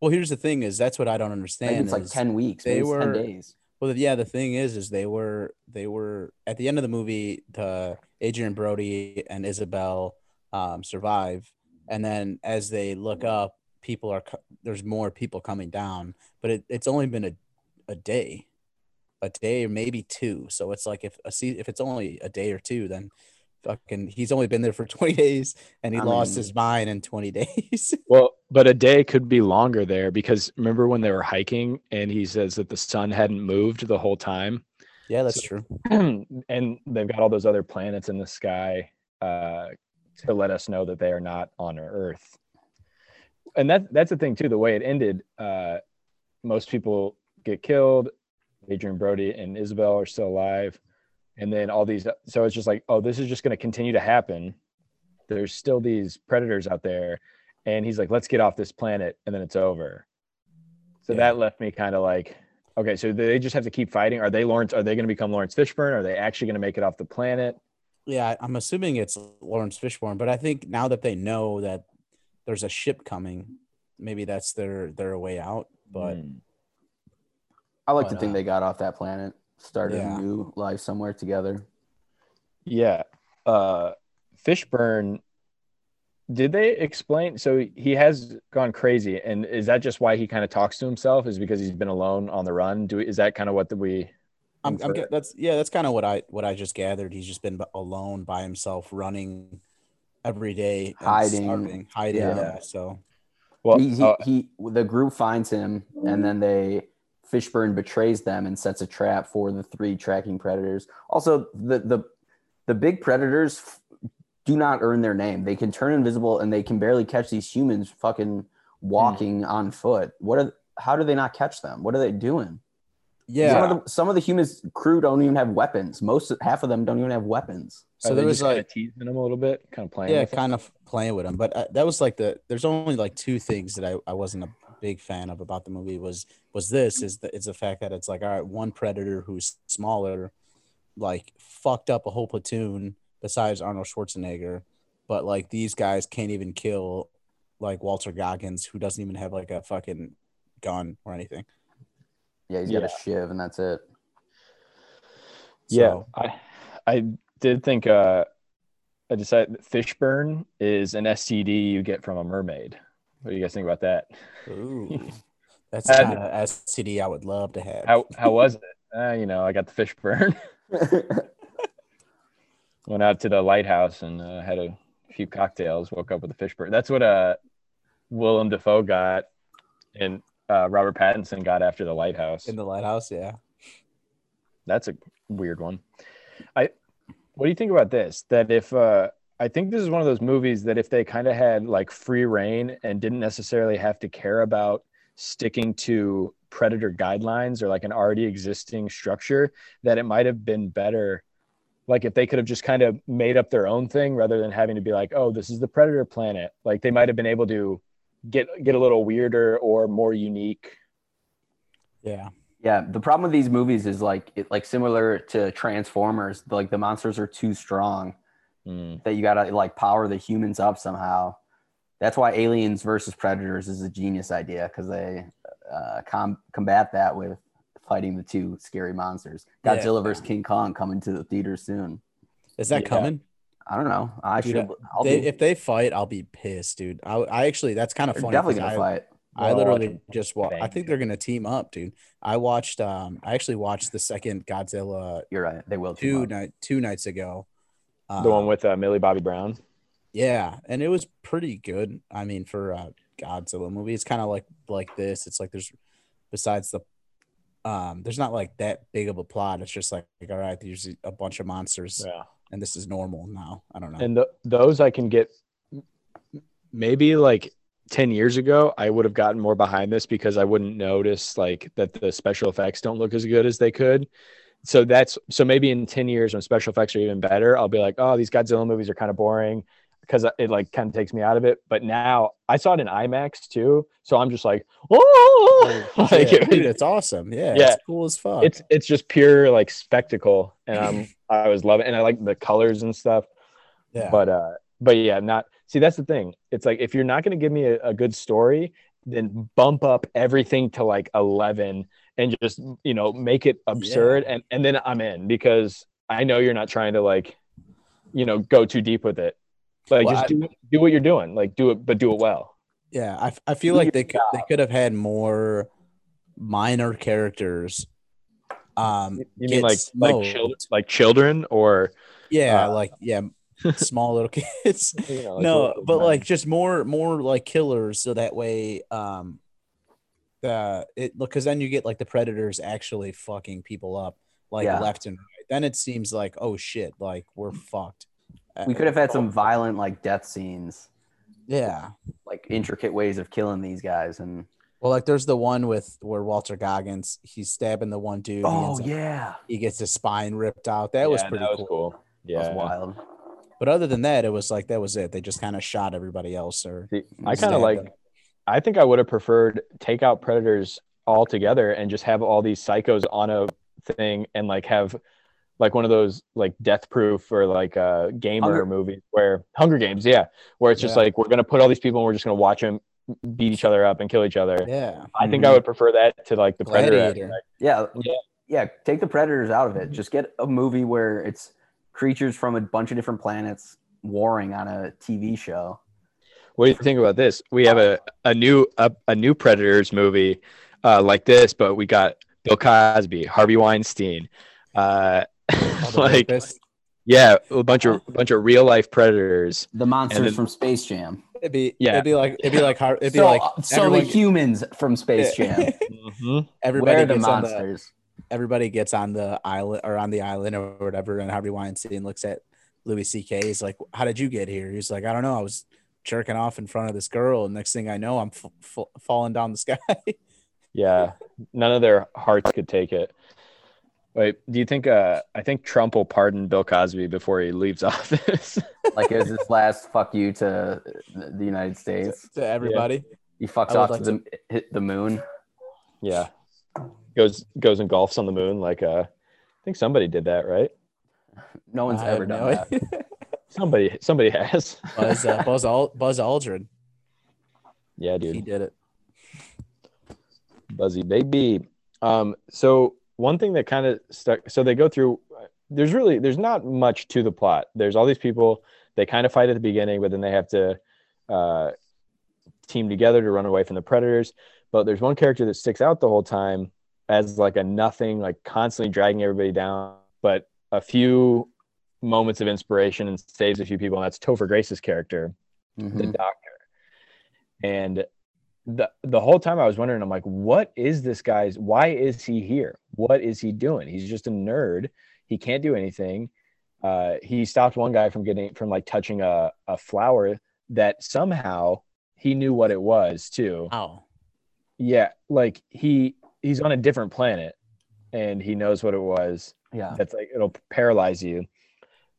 Speaker 5: Well, here's the thing: is that's what I don't
Speaker 4: I think
Speaker 5: understand.
Speaker 4: it's like
Speaker 5: is-
Speaker 4: 10 weeks.
Speaker 5: they
Speaker 4: maybe it's
Speaker 5: were-
Speaker 4: 10 days.
Speaker 5: Well, yeah, the thing is, is they were they were at the end of the movie. The Adrian Brody and Isabel um, survive, and then as they look up, people are co- there's more people coming down, but it, it's only been a a day, a day or maybe two. So it's like if a se- if it's only a day or two, then fucking he's only been there for (laughs) twenty days, and he
Speaker 4: I
Speaker 5: lost
Speaker 4: mean-
Speaker 5: his mind in twenty (laughs) days.
Speaker 6: Well, but a day could be longer there because remember when they were hiking and he says that the sun hadn't moved the whole time, (clears throat)
Speaker 5: yeah, that's
Speaker 6: So-
Speaker 5: true.
Speaker 6: and they've got all those other planets in the sky uh, to let us know that they are not on Earth. And that that's the thing too. The way it ended, uh, most people get killed. Adrian Brody and Isabel are still alive, and then all these. So it's just like, oh, this is just going to continue to happen. There's still these predators out there, and he's like, let's get off this planet, and then it's over. So
Speaker 5: Yeah.
Speaker 6: that left me kind of like, okay, so they just have to keep fighting. Are they Lawrence? Are they going to become Lawrence Fishburne? Are they actually going to make it off the planet?
Speaker 5: Yeah, I'm assuming it's Lawrence Fishburne, but I think now that they know that there's a ship coming, maybe that's their their way out. But
Speaker 4: Mm,
Speaker 6: Hmm.
Speaker 4: I like
Speaker 5: But,
Speaker 4: to think
Speaker 5: uh,
Speaker 4: they got off that planet, started
Speaker 5: yeah.
Speaker 4: a new life somewhere together.
Speaker 6: Yeah. Uh Fishburne did they explain so he has gone crazy and is that just why he kind of talks to himself is because he's been alone on the run? Do we, is that kind of what the, we
Speaker 5: I'm, I'm
Speaker 6: infer?
Speaker 5: ge- that's yeah, that's kind of what I what I just gathered. He's just been b- alone by himself, running every day, and
Speaker 4: Hiding.
Speaker 5: starving, hiding.
Speaker 4: Yeah.
Speaker 5: Yeah. So
Speaker 6: well
Speaker 4: he, he,
Speaker 6: oh,
Speaker 4: he, the group finds him, and then they Fishburne betrays them and sets a trap for the three tracking predators. Also, the the the big predators f- do not earn their name. They can turn invisible and they can barely catch these humans fucking
Speaker 5: Hmm.
Speaker 4: walking on foot. What are how do they not catch them? What are they doing?
Speaker 5: Yeah.
Speaker 4: Some of the, some of the humans crew don't even have weapons. Most half of them don't even have weapons.
Speaker 5: So there was like
Speaker 6: teasing them a little bit, kind of playing.
Speaker 5: yeah,
Speaker 6: with them?
Speaker 5: kind of playing with him. But uh, that was like the there's only like two things that I, I wasn't a big fan of about the movie was was this is the is the fact that it's like all right one predator who's smaller, like fucked up a whole platoon besides Arnold Schwarzenegger, but like these guys can't even kill like Walter Goggins who doesn't even have like a fucking gun or anything.
Speaker 4: Yeah, he's got a shiv and that's it.
Speaker 6: Yeah,
Speaker 5: So-
Speaker 6: I I did think uh I decided that Fishburne is an STD you get from a mermaid. What do you guys think about that?
Speaker 5: Ooh. That's
Speaker 6: Uh,
Speaker 5: kind of STD I would love to have.
Speaker 6: How how was it? (laughs) Uh, you know, I got the Fishburne.
Speaker 5: (laughs)
Speaker 6: Went out to the lighthouse and uh, had a few cocktails. Woke up with a Fishburne. That's what uh Willem Dafoe got, and uh, Robert Pattinson got after the lighthouse.
Speaker 5: in the lighthouse, yeah.
Speaker 6: That's a weird one. I what do you think about this? That if uh I think this is one of those movies that if they kind of had like free reign and didn't necessarily have to care about sticking to predator guidelines or like an already existing structure, that it might have been better like if they could have just kind of made up their own thing rather than having to be like, oh, this is the predator planet. Like they might have been able to get get a little weirder or more unique.
Speaker 5: Yeah.
Speaker 4: Yeah, the problem with these movies is like it like similar to Transformers, like the monsters are too strong
Speaker 6: Mm,
Speaker 4: that you gotta like power the humans up somehow. That's why Aliens versus Predators is a genius idea because they uh, com- combat that with fighting the two scary monsters.
Speaker 5: Yeah.
Speaker 4: Godzilla versus King Kong coming to the theater soon.
Speaker 5: Is that
Speaker 6: Yeah.
Speaker 5: coming?
Speaker 4: I don't know. I
Speaker 5: Dude,
Speaker 4: should. I'll
Speaker 5: they,
Speaker 4: be,
Speaker 5: if they fight, I'll be pissed, dude. I, I actually, that's kind of
Speaker 4: they're
Speaker 5: funny.
Speaker 4: definitely gonna
Speaker 5: 'cause I,
Speaker 4: fight.
Speaker 5: I
Speaker 6: Well,
Speaker 5: literally
Speaker 6: watch
Speaker 5: just watched. I
Speaker 6: bang.
Speaker 5: think they're gonna team up, dude. I watched. Um, I actually watched the second Godzilla
Speaker 4: You're right. They will. team
Speaker 5: two
Speaker 4: up.
Speaker 5: night two nights ago. Um,
Speaker 6: the one with uh, Millie Bobby Brown.
Speaker 5: yeah, and it was pretty good. I mean, for a Godzilla movie, it's kind of like like this. It's like there's besides the um, there's not like that big of a plot. It's just like, all right, there's a bunch of monsters,
Speaker 6: Yeah.
Speaker 5: and this is normal now. I don't know.
Speaker 6: and th those I can get maybe like 10 years ago I would have gotten more behind this because I wouldn't notice like that the special effects don't look as good as they could so that's so maybe in 10 years when special effects are even better I'll be like oh these Godzilla movies are kind of boring because it like kind of takes me out of it but now I saw it in IMAX too so I'm just like (laughs) oh (laughs) like,
Speaker 5: yeah, dude, it's awesome. Yeah,
Speaker 6: Yeah.
Speaker 5: it's cool as fuck.
Speaker 6: it's it's just pure like spectacle and I'm I was loving and I like the colors and stuff
Speaker 5: yeah.
Speaker 6: but uh but yeah not see that's the thing it's like if you're not going to give me a, a good story then bump up everything to like 11 and just you know make it absurd and and then i'm in because i know you're not trying to like you know go too deep with it like
Speaker 5: Well,
Speaker 6: just
Speaker 5: I-
Speaker 6: do, do what you're doing like do it but do it well
Speaker 5: Yeah, I, f- I feel like they could, they could have had more minor characters. Um,
Speaker 6: you mean
Speaker 5: get
Speaker 6: like like
Speaker 5: smoked.
Speaker 6: children like children or
Speaker 5: yeah,
Speaker 6: uh,
Speaker 5: like yeah, small little kids.
Speaker 6: you know,
Speaker 5: no,
Speaker 6: little-
Speaker 5: but like just more more like killers, so that way, um, the it because then you get like the predators actually fucking people up like
Speaker 4: Yeah.
Speaker 5: left and right. Then it seems like oh shit, like we're fucked. Uh,
Speaker 4: We could have had some violent like death scenes,
Speaker 5: yeah.
Speaker 4: like intricate ways of killing these guys, and
Speaker 5: Well, like there's the one with where Walter Goggins he's stabbing the one dude. he ends up
Speaker 4: Oh, yeah,
Speaker 5: he gets his spine ripped out. That was
Speaker 6: Yeah,
Speaker 5: pretty
Speaker 6: that was
Speaker 5: cool.
Speaker 6: yeah
Speaker 4: that was wild.
Speaker 5: But other than that, it was like that was it. They just kind of shot everybody else. Or
Speaker 6: See, I kind
Speaker 5: Stab
Speaker 6: of like.
Speaker 5: them.
Speaker 6: I think I would have preferred take out predators altogether and just have all these psychos on a thing and like have like one of those like death proof or like uh gamer
Speaker 4: Hunger-
Speaker 6: movies where Hunger Games, yeah, where it's just
Speaker 5: Yeah.
Speaker 6: like we're gonna put all these people and we're just gonna watch them beat each other up and kill each other.
Speaker 5: yeah,
Speaker 6: I think I would prefer that to like the predator.
Speaker 5: Mm-hmm. Gladiator.
Speaker 6: aspect.
Speaker 4: Yeah,
Speaker 6: Yeah.
Speaker 4: yeah. Take the predators out of it. Just get a movie where it's creatures from a bunch of different planets warring on a TV show.
Speaker 6: What do you think about this? We have a a new a, a new Predators movie uh, like this, but we got Bill Cosby, Harvey Weinstein, uh, (laughs)
Speaker 5: All
Speaker 4: (laughs)
Speaker 5: the
Speaker 6: like
Speaker 5: rapists.
Speaker 6: Yeah, a bunch of a bunch of real life predators.
Speaker 4: The monsters
Speaker 6: then-
Speaker 4: from Space Jam.
Speaker 5: It'd be
Speaker 6: Yeah.
Speaker 5: It'd be like it'd be like hard. It'd be
Speaker 4: so uh,
Speaker 5: like
Speaker 4: so
Speaker 5: everyone-
Speaker 4: the humans from Space Jam.
Speaker 5: (laughs) everybody
Speaker 4: Where are the
Speaker 5: gets on the
Speaker 4: monsters?
Speaker 5: everybody gets on the island or on the island or whatever, and Harvey Weinstein looks at Louis C.K. He's like, "How did you get here?" He's like, "I don't know. I was jerking off in front of this girl, and next thing I know, I'm f- f- falling down the sky." (laughs)
Speaker 6: Yeah, none of their hearts could take it. Wait, do you think? Uh, I think Trump will pardon Bill Cosby before he leaves (laughs) office.
Speaker 4: like it was his last fuck you to the United
Speaker 5: (laughs)
Speaker 4: States.
Speaker 5: to everybody,
Speaker 4: He fucks
Speaker 5: I would
Speaker 4: off to
Speaker 5: like
Speaker 4: the, hit the moon.
Speaker 6: yeah, goes goes and golfs on the moon. Like, uh, I think somebody did that, right?
Speaker 4: No one's
Speaker 5: I have
Speaker 4: ever done
Speaker 5: no
Speaker 4: that.
Speaker 5: idea.
Speaker 6: Somebody, somebody (laughs) has.
Speaker 5: Buzz uh, Buzz Al- Buzz Aldrin,
Speaker 6: Yeah,
Speaker 5: he
Speaker 6: dude,
Speaker 5: did it.
Speaker 6: Buzzy baby. Um, so one thing that kind of stuck. So they go through. There's really there's not much to the plot. There's all these people. They kind of fight at the beginning, but then they have to uh, team together to run away from the predators. But there's one character that sticks out the whole time as like a nothing, like constantly dragging everybody down. But a few moments of inspiration and saves a few people, and that's Topher Grace's character the
Speaker 4: Mhm.
Speaker 6: doctor. And the the whole time I was wondering, I'm like, what is this guy's? Why is he here? What is he doing? He's just a nerd. He can't do anything. Uh, he stopped one guy from getting from like touching a a flower that somehow he knew what it was too.
Speaker 5: Wow.
Speaker 6: Yeah, like he he's on a different planet and he knows what it was
Speaker 4: Yeah.
Speaker 6: that's like it'll paralyze you.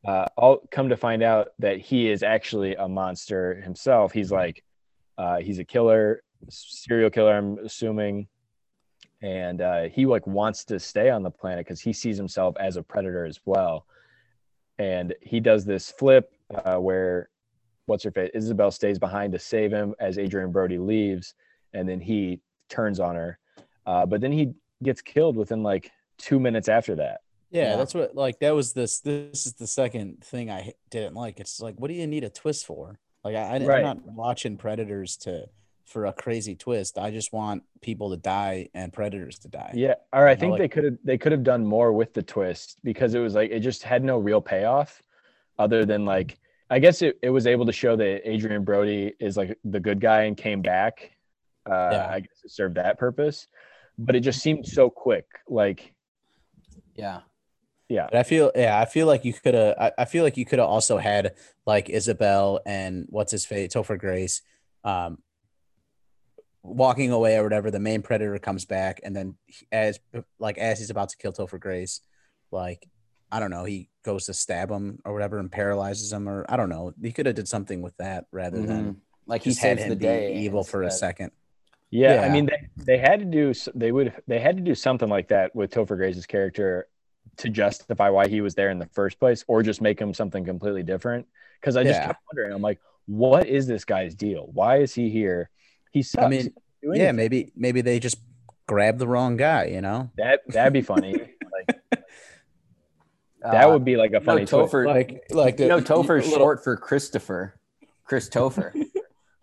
Speaker 6: Uh, I'll come to find out that he is actually a monster himself. He's like, uh, he's a killer, serial killer. I'm assuming, and uh, he like wants to stay on the planet because he sees himself as a predator as well. And he does this flip uh, where, what's her face? Isabel stays behind to save him as Adrian Brody leaves, and then he turns on her. Uh, but then he gets killed within like two minutes after that.
Speaker 5: Yeah,
Speaker 4: Yeah.
Speaker 5: that's what like that was this this is the second thing I h- didn't like. It's like what do you need a twist for? Like I, I
Speaker 6: Right.
Speaker 5: am not watching predators to for a crazy twist. I just want people to die and predators to die.
Speaker 6: Yeah, or I
Speaker 5: You know,
Speaker 6: think
Speaker 5: like-
Speaker 6: they could have they could have done more with the twist because it was like it just had no real payoff, other than like I guess it, it was able to show that Adrian Brody is like the good guy and came back. Uh,
Speaker 5: Yeah.
Speaker 6: I guess it served that purpose, but it just seemed so quick. Like
Speaker 4: Yeah.
Speaker 5: But I feel yeah, I feel like you could have I, I feel like you could have also had like Isabel and what's his face, Topher Grace, um walking away or whatever, the main predator comes back and then he- as like as he's about to kill Topher Grace, like I don't know, he goes to stab him or whatever and paralyzes him or I don't know. He could have did something with that rather than
Speaker 4: Mhm. Like he
Speaker 5: just had
Speaker 4: saves
Speaker 5: him
Speaker 4: the
Speaker 5: be
Speaker 4: day.
Speaker 5: evil for a
Speaker 4: instead.
Speaker 5: second.
Speaker 6: Yeah, I
Speaker 5: Yeah.
Speaker 6: mean they, they had to do s- they would they had to do something like that with Topher Grace's character to justify why he was there in the first place, or just make him something completely different. Because I just
Speaker 5: Yeah.
Speaker 6: kept wondering, I'm like, what is this guy's deal? Why is he here? He sucks.
Speaker 5: I mean,
Speaker 6: Do
Speaker 5: yeah,
Speaker 6: anything.
Speaker 5: maybe maybe they just grabbed the wrong guy, you know?
Speaker 6: that that'd
Speaker 5: (laughs)
Speaker 6: be funny. like
Speaker 4: Uh,
Speaker 6: that
Speaker 5: Uh,
Speaker 6: would be like
Speaker 4: no,
Speaker 6: a funny twist.
Speaker 4: Topher. (laughs)
Speaker 5: Like like
Speaker 4: you
Speaker 5: the,
Speaker 4: know, Topher's
Speaker 5: little-
Speaker 4: short for Christopher.
Speaker 5: (laughs)
Speaker 4: Christopher.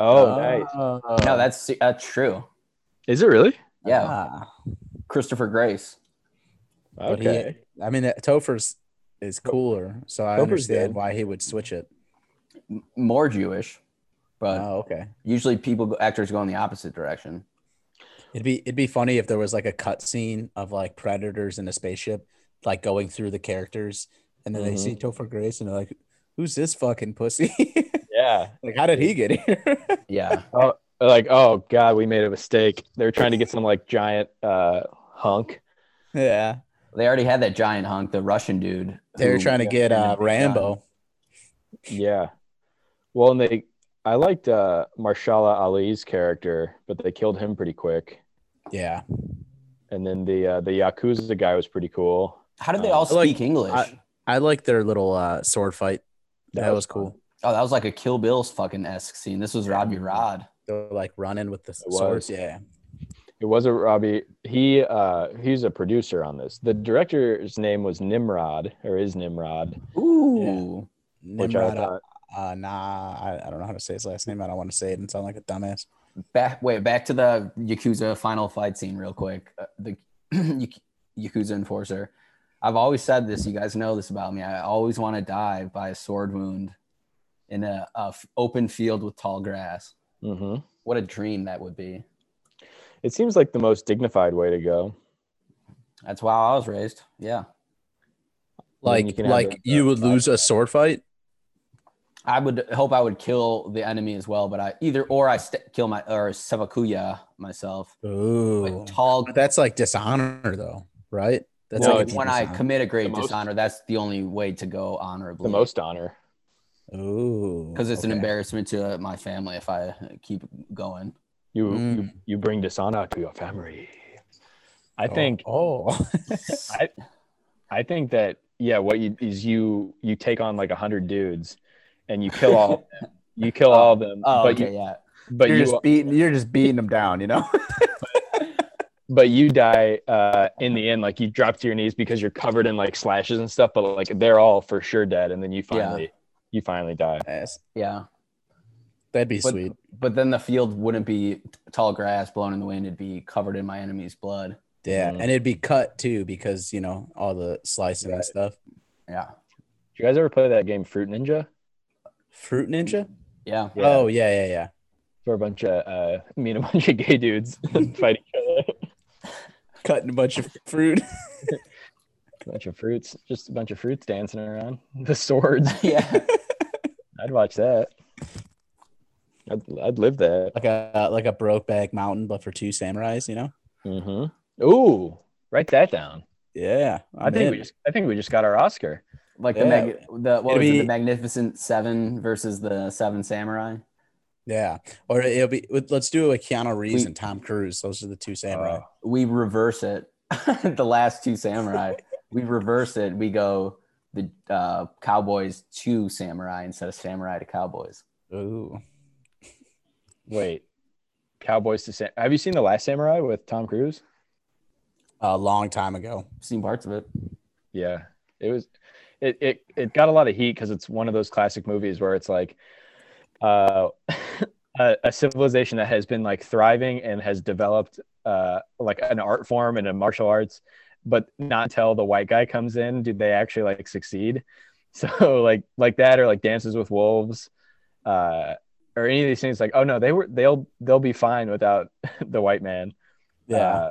Speaker 6: Oh, nice.
Speaker 5: Oh.
Speaker 4: no, that's that's true.
Speaker 6: Is it really?
Speaker 4: Yeah,
Speaker 5: Ah.
Speaker 4: Christopher Grace.
Speaker 5: But
Speaker 6: Okay.
Speaker 5: he, I mean, that Topher's is cooler, so I
Speaker 6: Topher's
Speaker 5: understand
Speaker 6: good.
Speaker 5: why he would switch it.
Speaker 4: M- More Jewish, but
Speaker 5: oh, okay.
Speaker 4: usually people go- actors go in the opposite direction.
Speaker 5: It'd be it'd be funny if there was like a cutscene of like predators in a spaceship, like going through the characters, and then they
Speaker 6: Mhm.
Speaker 5: see Topher Grace and they're like, "Who's this fucking pussy? (laughs)
Speaker 6: Yeah.
Speaker 5: like, how did he get here?" (laughs)
Speaker 4: Yeah,
Speaker 6: Like, oh god, we made a mistake. They were trying to get some like giant uh hunk.
Speaker 5: yeah,
Speaker 4: they already had that giant hunk, the Russian dude.
Speaker 5: they were
Speaker 4: who-
Speaker 5: trying to get uh, Rambo.
Speaker 6: Yeah. Well, and they I liked uh Marshala Ali's character, but they killed him pretty quick.
Speaker 5: Yeah,
Speaker 6: And then the uh, the Yakuza guy was pretty cool.
Speaker 4: How did they all
Speaker 5: I Oh. like-
Speaker 4: speak English?
Speaker 5: I- I like their little uh, sword fight. That, was, cool.
Speaker 4: oh, that was like a Kill Bill's fucking esque scene. This was Robbie Rod.
Speaker 5: They were like running with the
Speaker 6: was.
Speaker 5: swords. Yeah,
Speaker 6: It was a Robbie. He uh he's a producer on this. The director's name was Nimrod or is Nimrod,
Speaker 4: Ooh,
Speaker 6: which I
Speaker 5: Nimrod,
Speaker 6: thought
Speaker 5: uh, nah, I, I don't know how to say his last name. I don't want to say it and sound like a dumbass.
Speaker 4: back wait back to (clears throat) the yakuza final fight scene real quick uh, the Yak- yakuza enforcer I've always said this. You guys know this about me. I always want to die by a sword wound in a, a f- open field with tall grass.
Speaker 6: hmm
Speaker 4: What a dream that would be.
Speaker 6: It seems like the most dignified way to go.
Speaker 4: That's how I was raised. Yeah,
Speaker 6: Like-
Speaker 5: Like
Speaker 6: you can have
Speaker 5: like
Speaker 6: the- uh,
Speaker 5: you would
Speaker 6: the-
Speaker 5: lose a sword fight.
Speaker 4: I would hope I would kill the enemy as well, but I either or I st- kill my or sevakuya myself.
Speaker 5: Ooh,
Speaker 4: But tall.
Speaker 5: but that's like dishonor though, right? That's
Speaker 6: No,
Speaker 5: like
Speaker 6: it's-
Speaker 4: when I commit a great
Speaker 6: The most-
Speaker 4: dishonor, that's the only way to go honorably.
Speaker 6: The most honor.
Speaker 5: Ooh,
Speaker 4: because it's an
Speaker 5: okay.
Speaker 4: embarrassment to uh, my family if I keep
Speaker 5: (laughs)
Speaker 4: going.
Speaker 6: You you,
Speaker 5: Mm.
Speaker 6: you bring dishonor to your family. I
Speaker 5: Oh,
Speaker 6: think
Speaker 5: Oh, (laughs)
Speaker 6: I think that yeah, what you is you you take on like a hundred dudes, and you kill all of
Speaker 4: (laughs)
Speaker 6: them. You kill all of them,
Speaker 4: Oh,
Speaker 6: but
Speaker 4: okay,
Speaker 6: you,
Speaker 4: yeah.
Speaker 6: but
Speaker 5: you're
Speaker 6: you
Speaker 5: just beating you're just beating them down, you know. (laughs)
Speaker 6: but you die uh, in the end. Like you drop to your knees because you're covered in like slashes and stuff. But like they're all for sure dead, and then you
Speaker 4: Yeah.
Speaker 6: finally you finally die.
Speaker 5: Yes,
Speaker 4: Yeah.
Speaker 5: that'd be
Speaker 4: But-
Speaker 5: sweet.
Speaker 4: But then the field wouldn't be t- tall grass blown in the wind. It'd be covered in my enemy's blood.
Speaker 5: Yeah,
Speaker 6: Mhm.
Speaker 5: and it'd be cut too because you know all the slicing
Speaker 6: Right.
Speaker 5: and stuff.
Speaker 4: Yeah.
Speaker 6: Did you guys ever play that game Fruit Ninja?
Speaker 5: Fruit Ninja.
Speaker 4: Yeah.
Speaker 6: Yeah.
Speaker 5: Oh yeah, yeah, yeah.
Speaker 6: For a bunch of uh, me and a (laughs) bunch of gay dudes fighting each other.
Speaker 5: Cutting a bunch of (laughs) fruit.
Speaker 6: A bunch of fruits, just a bunch of fruits dancing around. (laughs) The swords.
Speaker 4: (laughs) yeah.
Speaker 6: I'd watch that. I'd, I'd live that.
Speaker 5: like a like a Brokeback Mountain, but for two samurais. You know.
Speaker 6: Mm-hmm. Ooh, write that down.
Speaker 5: Yeah,
Speaker 6: I think we just I think we just got our Oscar.
Speaker 4: Like the,
Speaker 5: Yeah.
Speaker 4: mag- the what
Speaker 5: It'd
Speaker 4: was it,
Speaker 5: be-
Speaker 4: the Magnificent Seven versus the Seven Samurai?
Speaker 5: yeah, or it'll be. Let's do it with Keanu Reeves
Speaker 4: We-
Speaker 5: and Tom Cruise. Those are the two samurai.
Speaker 4: We reverse it. (laughs) the last two samurai. we reverse it. We go the uh, cowboys to samurai instead of samurai to cowboys.
Speaker 6: Oh,
Speaker 5: Ooh,
Speaker 6: Wait, Cowboys to Sam. Have you seen the Last Samurai with Tom Cruise?
Speaker 5: a long time ago.
Speaker 4: Seen parts of it.
Speaker 6: Yeah, it was. It it it got a lot of heat because it's one of those classic movies where it's like, uh, (laughs) a, a civilization that has been like thriving and has developed uh like an art form and a martial arts, but not until the white guy comes in did they actually like succeed. (laughs) So like like that or like Dances with Wolves, uh, or any of these things like oh no they were they'll they'll be fine without (laughs) the white man.
Speaker 5: Yeah,
Speaker 6: Uh,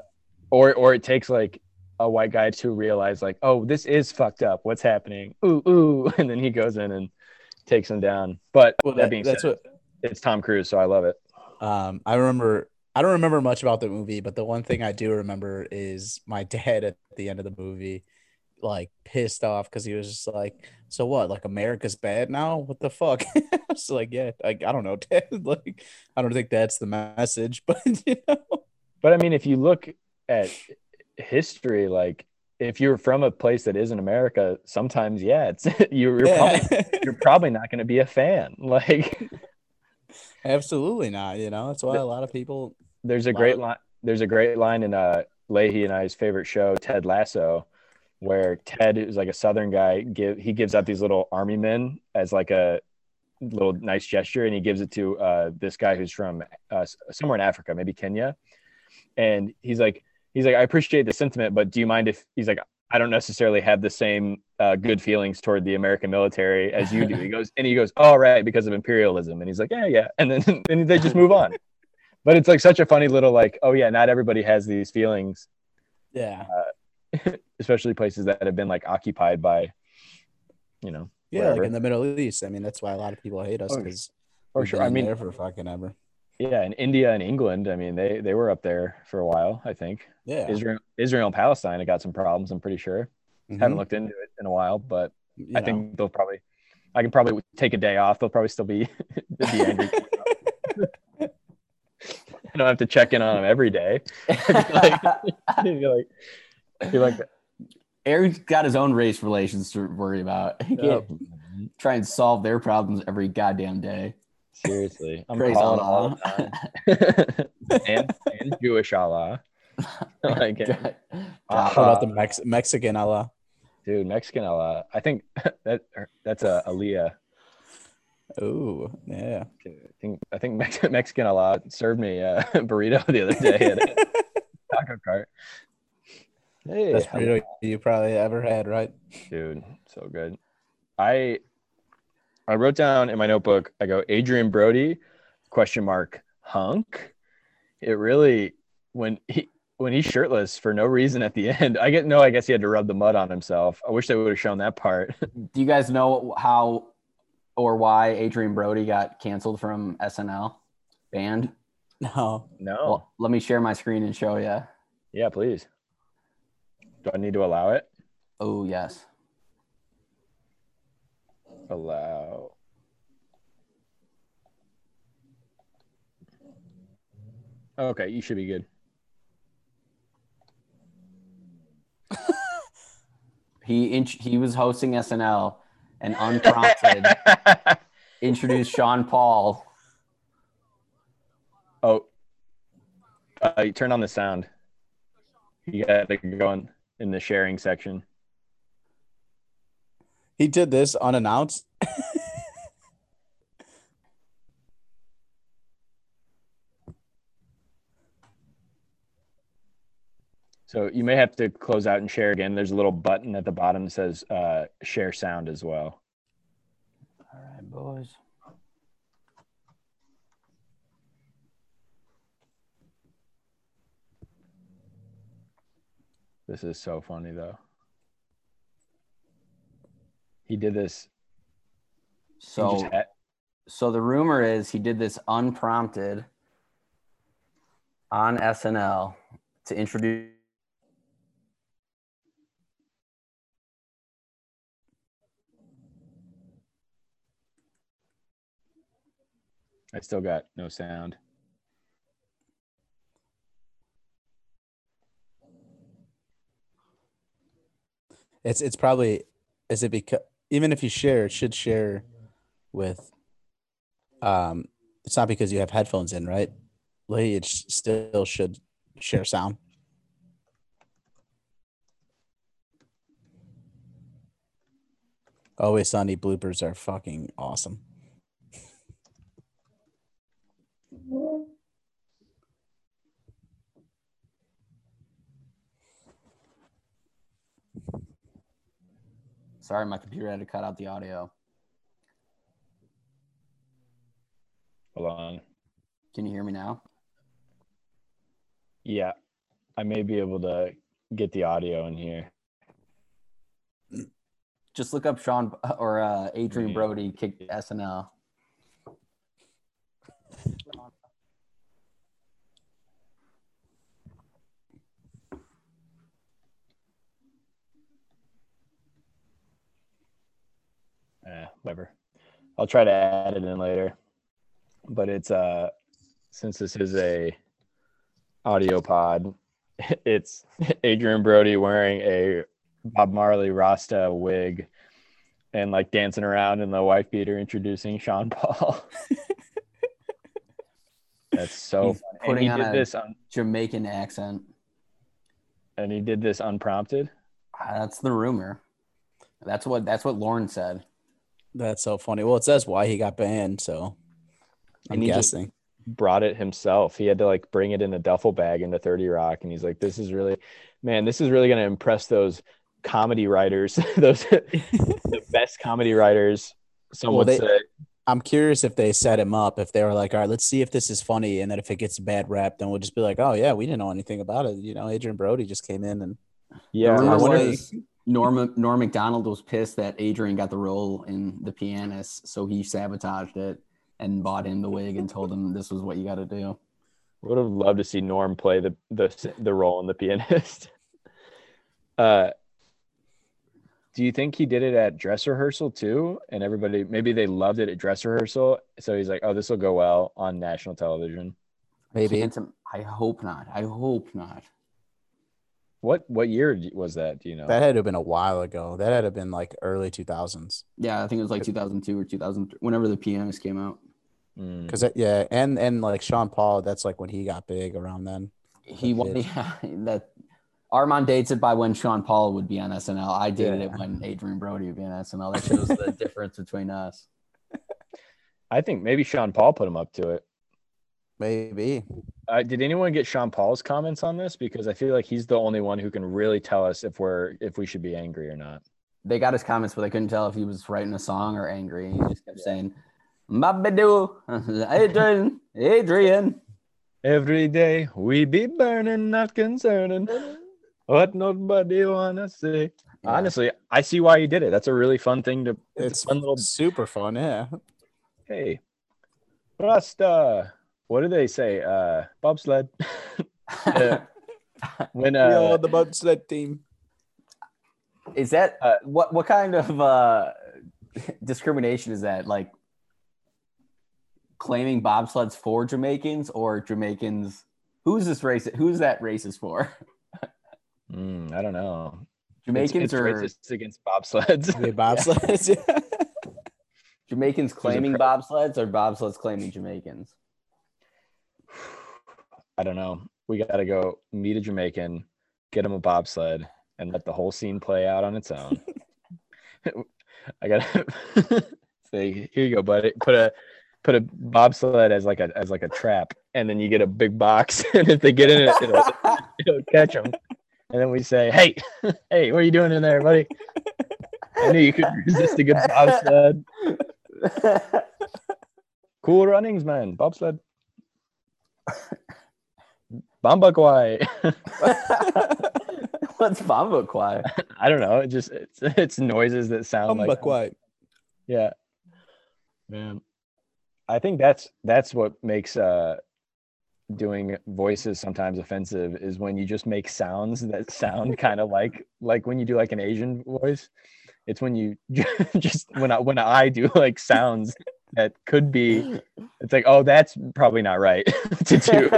Speaker 6: or or it takes like a white guy to realize like, oh, this is fucked up. What's happening? Ooh, ooh, (laughs) and then he goes in and takes him down. But
Speaker 5: well,
Speaker 6: that,
Speaker 5: that,
Speaker 6: being
Speaker 5: that's
Speaker 6: said, it's Tom Cruise, so I love it.
Speaker 5: what um, I remember. I don't remember much about the movie, but the one thing I do remember is my (laughs) dad at the end of the movie, like pissed off because he was just like, "So what? Like America's bad now? What the fuck?" (laughs) I was like, "Yeah, like I don't know, (laughs) Dad. Like I don't think that's the message, (laughs) but you know."
Speaker 6: But I mean, if you look at history, like if you're from a place that isn't America, sometimes yeah, it's (laughs) you're, you're probably
Speaker 5: (laughs)
Speaker 6: you're probably not going to be a fan. (laughs) Like
Speaker 5: Absolutely not. You know, that's why a lot of people.
Speaker 6: there's a
Speaker 5: Wow.
Speaker 6: great line. There's a great line in uh, Leahy and I's favorite show, Ted Lasso, where Ted, who's like a Southern guy, give he gives out these little army men as like a little nice gesture, and he gives it to uh, this guy who's from uh, s- somewhere in Africa, maybe Kenya, and he's like, he's like, I appreciate the sentiment, but do you mind if he's like, I don't necessarily have the same uh, good feelings toward the American military as you do. (laughs) He goes, and he goes, all right, because of imperialism, and he's like, yeah, yeah, and then (laughs) and they just move on but it's like such a funny little like oh yeah not everybody has these feelings
Speaker 5: Yeah.
Speaker 6: especially places that have been like occupied by you know
Speaker 5: Yeah.
Speaker 6: whatever.
Speaker 5: Like in the Middle East. I mean, that's why a lot of people hate us
Speaker 6: Oh,
Speaker 5: because
Speaker 6: for sure i mean
Speaker 5: there for fucking ever.
Speaker 6: yeah in india and england i mean they they were up there for a while i think
Speaker 5: Yeah.
Speaker 6: israel israel and palestine have got some problems i'm pretty sure
Speaker 5: Mhm.
Speaker 4: Mm-hmm.
Speaker 6: haven't looked into it in a while but
Speaker 5: You
Speaker 6: i think they'll probably i can probably take a day off they'll probably still be, (laughs) be
Speaker 4: (laughs)
Speaker 6: angry i don't have to check in on them
Speaker 4: (laughs)
Speaker 6: every day you're like you're like
Speaker 4: Eric's got his own race relations to worry about. He can't try and solve their problems every goddamn day.
Speaker 6: Seriously, I'm
Speaker 4: Praise (laughs)
Speaker 6: calling
Speaker 4: Allah.
Speaker 6: Allah. (laughs) and, and
Speaker 4: (laughs)
Speaker 6: Jewish Allah. like,
Speaker 4: God-
Speaker 5: know. How
Speaker 6: uh,
Speaker 5: about the Mex- Mexican Allah?
Speaker 6: dude, Mexican Allah. I think (laughs) that that's a Aliyah.
Speaker 5: Ooh, yeah.
Speaker 6: I think I think (laughs) Mex- Mexican uh, (laughs) Allah served me a burrito the other day at a taco cart. Hey,
Speaker 5: Best
Speaker 6: hello.
Speaker 5: burrito you probably ever had, right?
Speaker 6: dude so good i i wrote down in my notebook i go adrian brody question mark hunk it really when he when he's shirtless for no reason at the (laughs) end i get no i guess he had to rub the mud on himself i wish they would have shown that part (laughs)
Speaker 4: Do you guys know how or why Adrian Brody got canceled from SNL band?
Speaker 5: No.
Speaker 6: no
Speaker 4: Well, let me share my screen and show you.
Speaker 6: yeah please do i need to allow it
Speaker 4: Oh, yes.
Speaker 6: allow Oh, okay you should be (laughs) good
Speaker 4: He int- he was hosting SNL and unprompted
Speaker 6: Uh,
Speaker 4: introduced Sean Paul.
Speaker 6: Oh, uh, you turn on the sound. You got to go in, in the sharing section.
Speaker 5: He did this unannounced.
Speaker 6: So you may have to close out and share again. There's a little button at the bottom that says uh, share sound as well.
Speaker 4: All right, boys.
Speaker 6: This is so funny though. He did this. he
Speaker 4: So
Speaker 6: just had-
Speaker 4: so the rumor is he did this unprompted on SNL to introduce
Speaker 6: I still got no sound.
Speaker 5: It's it's probably is it because even if you share, it should share with um it's not because you have headphones in, right? Lee, it sh- still should share sound. Always Sunny bloopers are fucking awesome.
Speaker 4: Sorry, my computer had to cut out the audio.
Speaker 6: Hold on.
Speaker 4: Can you hear me now?
Speaker 6: Yeah, I may be able to get the audio in here.
Speaker 4: Just look up Sean (laughs) or uh, Adrian
Speaker 6: Yeah.
Speaker 4: Brody kicked SNL.
Speaker 6: eh, whatever. I'll try to add it in later. But it's uh since this is a audio pod, (laughs) it's (laughs) Adrian Brody wearing a Bob Marley Rasta wig and like dancing around in the wife beater introducing Sean Paul. That's so
Speaker 4: He's
Speaker 6: funny. And
Speaker 4: putting
Speaker 6: he
Speaker 4: on
Speaker 6: did
Speaker 4: a-
Speaker 6: this un-
Speaker 4: Jamaican accent.
Speaker 6: and he did this unprompted.
Speaker 4: Ah, That's the rumor. That's what that's what Lauren said.
Speaker 5: That's so funny. Well, it says why he got banned, so I'm
Speaker 6: And he just-
Speaker 5: guessing.
Speaker 6: brought it himself. He had to like bring it in a duffel bag into 30 Rock. And he's like, this is really, man, this is really going to impress those comedy writers, (laughs) those the best comedy writers. Some
Speaker 5: Well,
Speaker 6: would
Speaker 5: they-
Speaker 6: say,
Speaker 5: I'm curious if they set him up, if they were like, all right, let's see if this is funny. And then if it gets a bad rap, then we'll just be like, oh, yeah, we didn't know anything about it. You know, Adrian Brody just came in
Speaker 6: (laughs)
Speaker 5: and
Speaker 6: yeah,
Speaker 4: the
Speaker 6: I
Speaker 4: rumor
Speaker 5: was
Speaker 6: wonder if-
Speaker 4: was Norm Norm McDonald was pissed that Adrian got the role in The Pianist, so he sabotaged it and bought him the wig and told him this was what you got to do.
Speaker 6: would have loved to see Norm play the, the, the role in the pianist. (laughs) Uh, do you think he did it at dress rehearsal too? And everybody, maybe they loved it at dress rehearsal. So he's like, oh, this will go well on national television.
Speaker 5: maybe
Speaker 4: Can't im- I hope not. I hope not.
Speaker 6: What, what year was that? Do you know?
Speaker 5: that had to have been a while ago. That had to have been like early 2000s.
Speaker 4: Yeah, I think it was like 2002 or 2003, whenever The Pianist came out.
Speaker 6: Mm.
Speaker 5: Cause that- yeah. And, and like Sean Paul, that's like when he got big around then.
Speaker 4: He
Speaker 5: That's
Speaker 4: won (laughs)
Speaker 5: it.
Speaker 4: yeah, that. Armand dates it by when Sean Paul would be on SNL. I dated
Speaker 5: Yeah.
Speaker 4: it when Adrian Brody would be on SNL.
Speaker 5: (laughs)
Speaker 4: That shows the difference between us.
Speaker 6: I think maybe Sean Paul put him up to it.
Speaker 5: Maybe.
Speaker 6: Uh, did anyone get Sean Paul's comments on this? Because I feel like he's the only one who can really tell us if we're if we should be angry or not.
Speaker 4: They got his comments, but they couldn't tell if he was writing a song or angry. He just kept saying, Mabadoo, (laughs) Adrian, Adrian.
Speaker 6: Every day we be burning, not concerning. What nobody wanna see.
Speaker 4: Yeah.
Speaker 6: Honestly, I see why he did it. That's a really fun thing to.
Speaker 5: It's
Speaker 6: It's, a fun little.
Speaker 5: super fun. Yeah.
Speaker 6: Hey, Rasta. What do they say? Uh, bobsled. (laughs) Yeah. when uh,
Speaker 5: the bobsled
Speaker 6: (laughs)
Speaker 5: team.
Speaker 4: Is that
Speaker 6: Uh,
Speaker 4: what what kind of uh, (laughs) discrimination is that? Like claiming bobsleds for Jamaicans or Jamaicans? Who's this race? Who's that racist for? (laughs)
Speaker 6: mm, I don't know. It's-
Speaker 4: Jamaicans
Speaker 6: it's
Speaker 4: or
Speaker 6: racist against bobsleds. (laughs)
Speaker 5: The bobsleds. (laughs) Yeah.
Speaker 4: Jamaicans claiming bobsleds or bobsleds claiming
Speaker 6: (laughs)
Speaker 4: Jamaicans?
Speaker 6: I don't know. We got to go meet a Jamaican, get him a bobsled, and let the whole scene play out on its own. (laughs) I got to (laughs) say, here you go, buddy. Put a put a bobsled as like a as like a trap, and then you get a big box, (laughs) and if they get in it,
Speaker 4: (laughs)
Speaker 6: it'll, it'll catch them. And then we say, hey, (laughs) hey, what are you doing in there, buddy? I knew you could resist a good bobsled. Cool runnings, man. Bobsled. Bambakwai.
Speaker 4: What's Bomba
Speaker 6: (laughs)
Speaker 4: Quai?
Speaker 6: I don't know. It just it's, (laughs) it's noises that sound like
Speaker 5: Bumbakwai.
Speaker 6: yeah. Man, I think that's that's what makes uh doing voices sometimes offensive is when you just make sounds that (laughs) sound kind of like like when you do like an Asian voice. It's when you (laughs) just when I when I do like sounds that could be it's like oh that's probably not right (laughs) to do.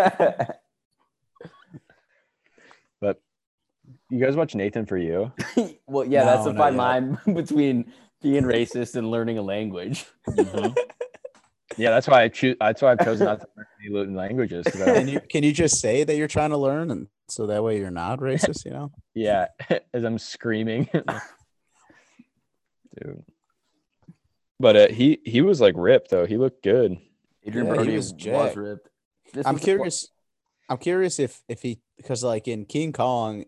Speaker 6: You guys watch Nathan for you?
Speaker 4: (laughs) well, yeah, that's
Speaker 5: No,
Speaker 4: a
Speaker 5: not
Speaker 4: fine
Speaker 5: yet.
Speaker 4: line (laughs) between being racist and learning a
Speaker 6: (laughs)
Speaker 4: language.
Speaker 6: Yeah, that's why I choose. That's why I've chosen not to learn any Luton languages. 'cause
Speaker 4: (laughs)
Speaker 6: I don't-
Speaker 5: Can you can you just say that you're trying to learn, and so that way you're not racist? You know.
Speaker 6: yeah, (laughs) as I'm screaming, (laughs) dude. But uh, he he was like ripped though. He looked good.
Speaker 4: Adrian
Speaker 5: Yeah, he
Speaker 4: Brody
Speaker 5: was
Speaker 4: was,
Speaker 5: jacked.
Speaker 4: ripped. This
Speaker 5: I'm
Speaker 4: was the-
Speaker 5: curious. I'm curious if if he because like in King Kong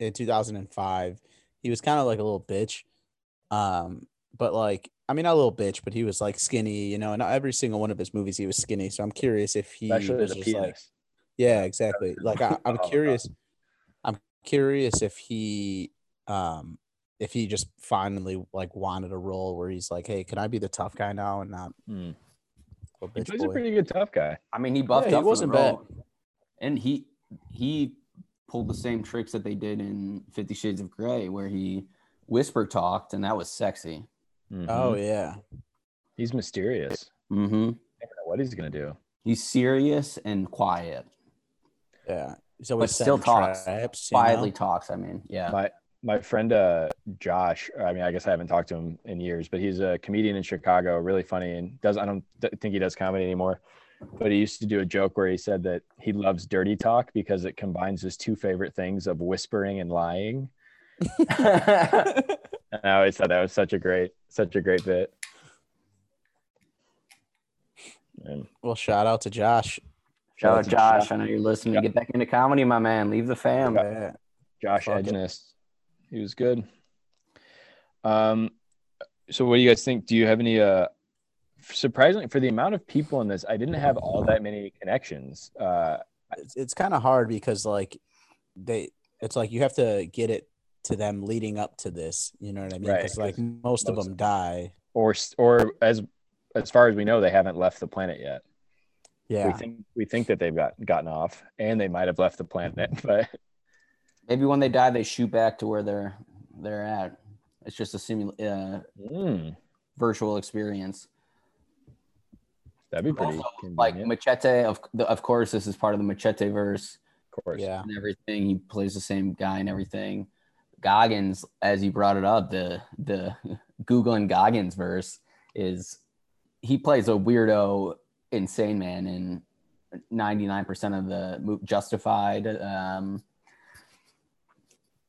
Speaker 5: in 2005, he was kind of like a little bitch. Um, but like I mean, not a little bitch, but he was like skinny, you know. And every single one of his movies, he was skinny. So I'm curious if he
Speaker 6: Especially
Speaker 5: was
Speaker 6: the
Speaker 5: just
Speaker 6: penis.
Speaker 5: like, yeah, exactly. Like I, I'm
Speaker 6: Oh,
Speaker 5: curious. I'm curious if he, um, if he just finally like wanted a role where he's like, hey, can I be the tough guy now and not
Speaker 6: Hmm.
Speaker 5: a
Speaker 6: He
Speaker 5: bitch
Speaker 6: plays a
Speaker 5: boy?
Speaker 6: pretty good tough guy.
Speaker 4: I mean, he buffed
Speaker 5: Yeah, he
Speaker 4: up.
Speaker 5: wasn't
Speaker 4: for the role. And he he pulled the same tricks that they did in Fifty Shades of Grey, where he whisper talked, and that was sexy.
Speaker 5: Oh
Speaker 6: Mhm.
Speaker 5: yeah,
Speaker 6: he's mysterious.
Speaker 4: Mm-hmm.
Speaker 6: Never know what he's gonna do.
Speaker 4: He's serious and quiet.
Speaker 5: yeah. He's always
Speaker 4: still
Speaker 5: setting
Speaker 4: talks.
Speaker 5: traps, you know?
Speaker 4: Quietly talks. I mean, yeah.
Speaker 6: My my friend uh Josh, or, I mean I guess I haven't talked to him in years, but he's a comedian in Chicago, really funny and does I don't th- think he does comedy anymore. But he used to do a joke where he said that he loves dirty talk because it combines his two favorite things of whispering and lying. And I always thought that was such a great such a great bit. And
Speaker 5: Well, shout out to Josh.
Speaker 4: (laughs) Shout out
Speaker 6: to
Speaker 4: Oh, Josh. I know you're listening. Get back into comedy, my man. Leave the fam.
Speaker 5: Yeah.
Speaker 6: Josh
Speaker 5: Fuck it.
Speaker 6: Edgeness. He was good. Um, so what do you guys think? Do you have any uh surprisingly for the amount of people in this, I didn't have all that many connections. Uh
Speaker 5: It's, it's kind of hard because like they, it's like you have to get it to them leading up to this. You know what I mean?
Speaker 6: Right,
Speaker 5: Because like
Speaker 6: 'cause
Speaker 5: most of
Speaker 6: most-
Speaker 5: them die.
Speaker 6: or or as as far as we know, they haven't left the planet yet. We
Speaker 5: Yeah.
Speaker 6: think we think that they've got gotten off and they might have left the planet, (laughs) but
Speaker 4: Maybe when they die, they shoot back to where they're they're at. It's just a simul- uh,
Speaker 6: Hmm,
Speaker 4: virtual experience.
Speaker 6: that'd be pretty
Speaker 4: Also,
Speaker 6: convenient,
Speaker 4: Like Machete, of of course, this is part of the Machete verse
Speaker 6: of course.
Speaker 5: Yeah.
Speaker 4: and everything. He plays the same guy and everything. Goggins, as you brought it up, the the (laughs) googling Goggins verse is he plays a weirdo, insane man in ninety nine percent of the mo- Justified. Um,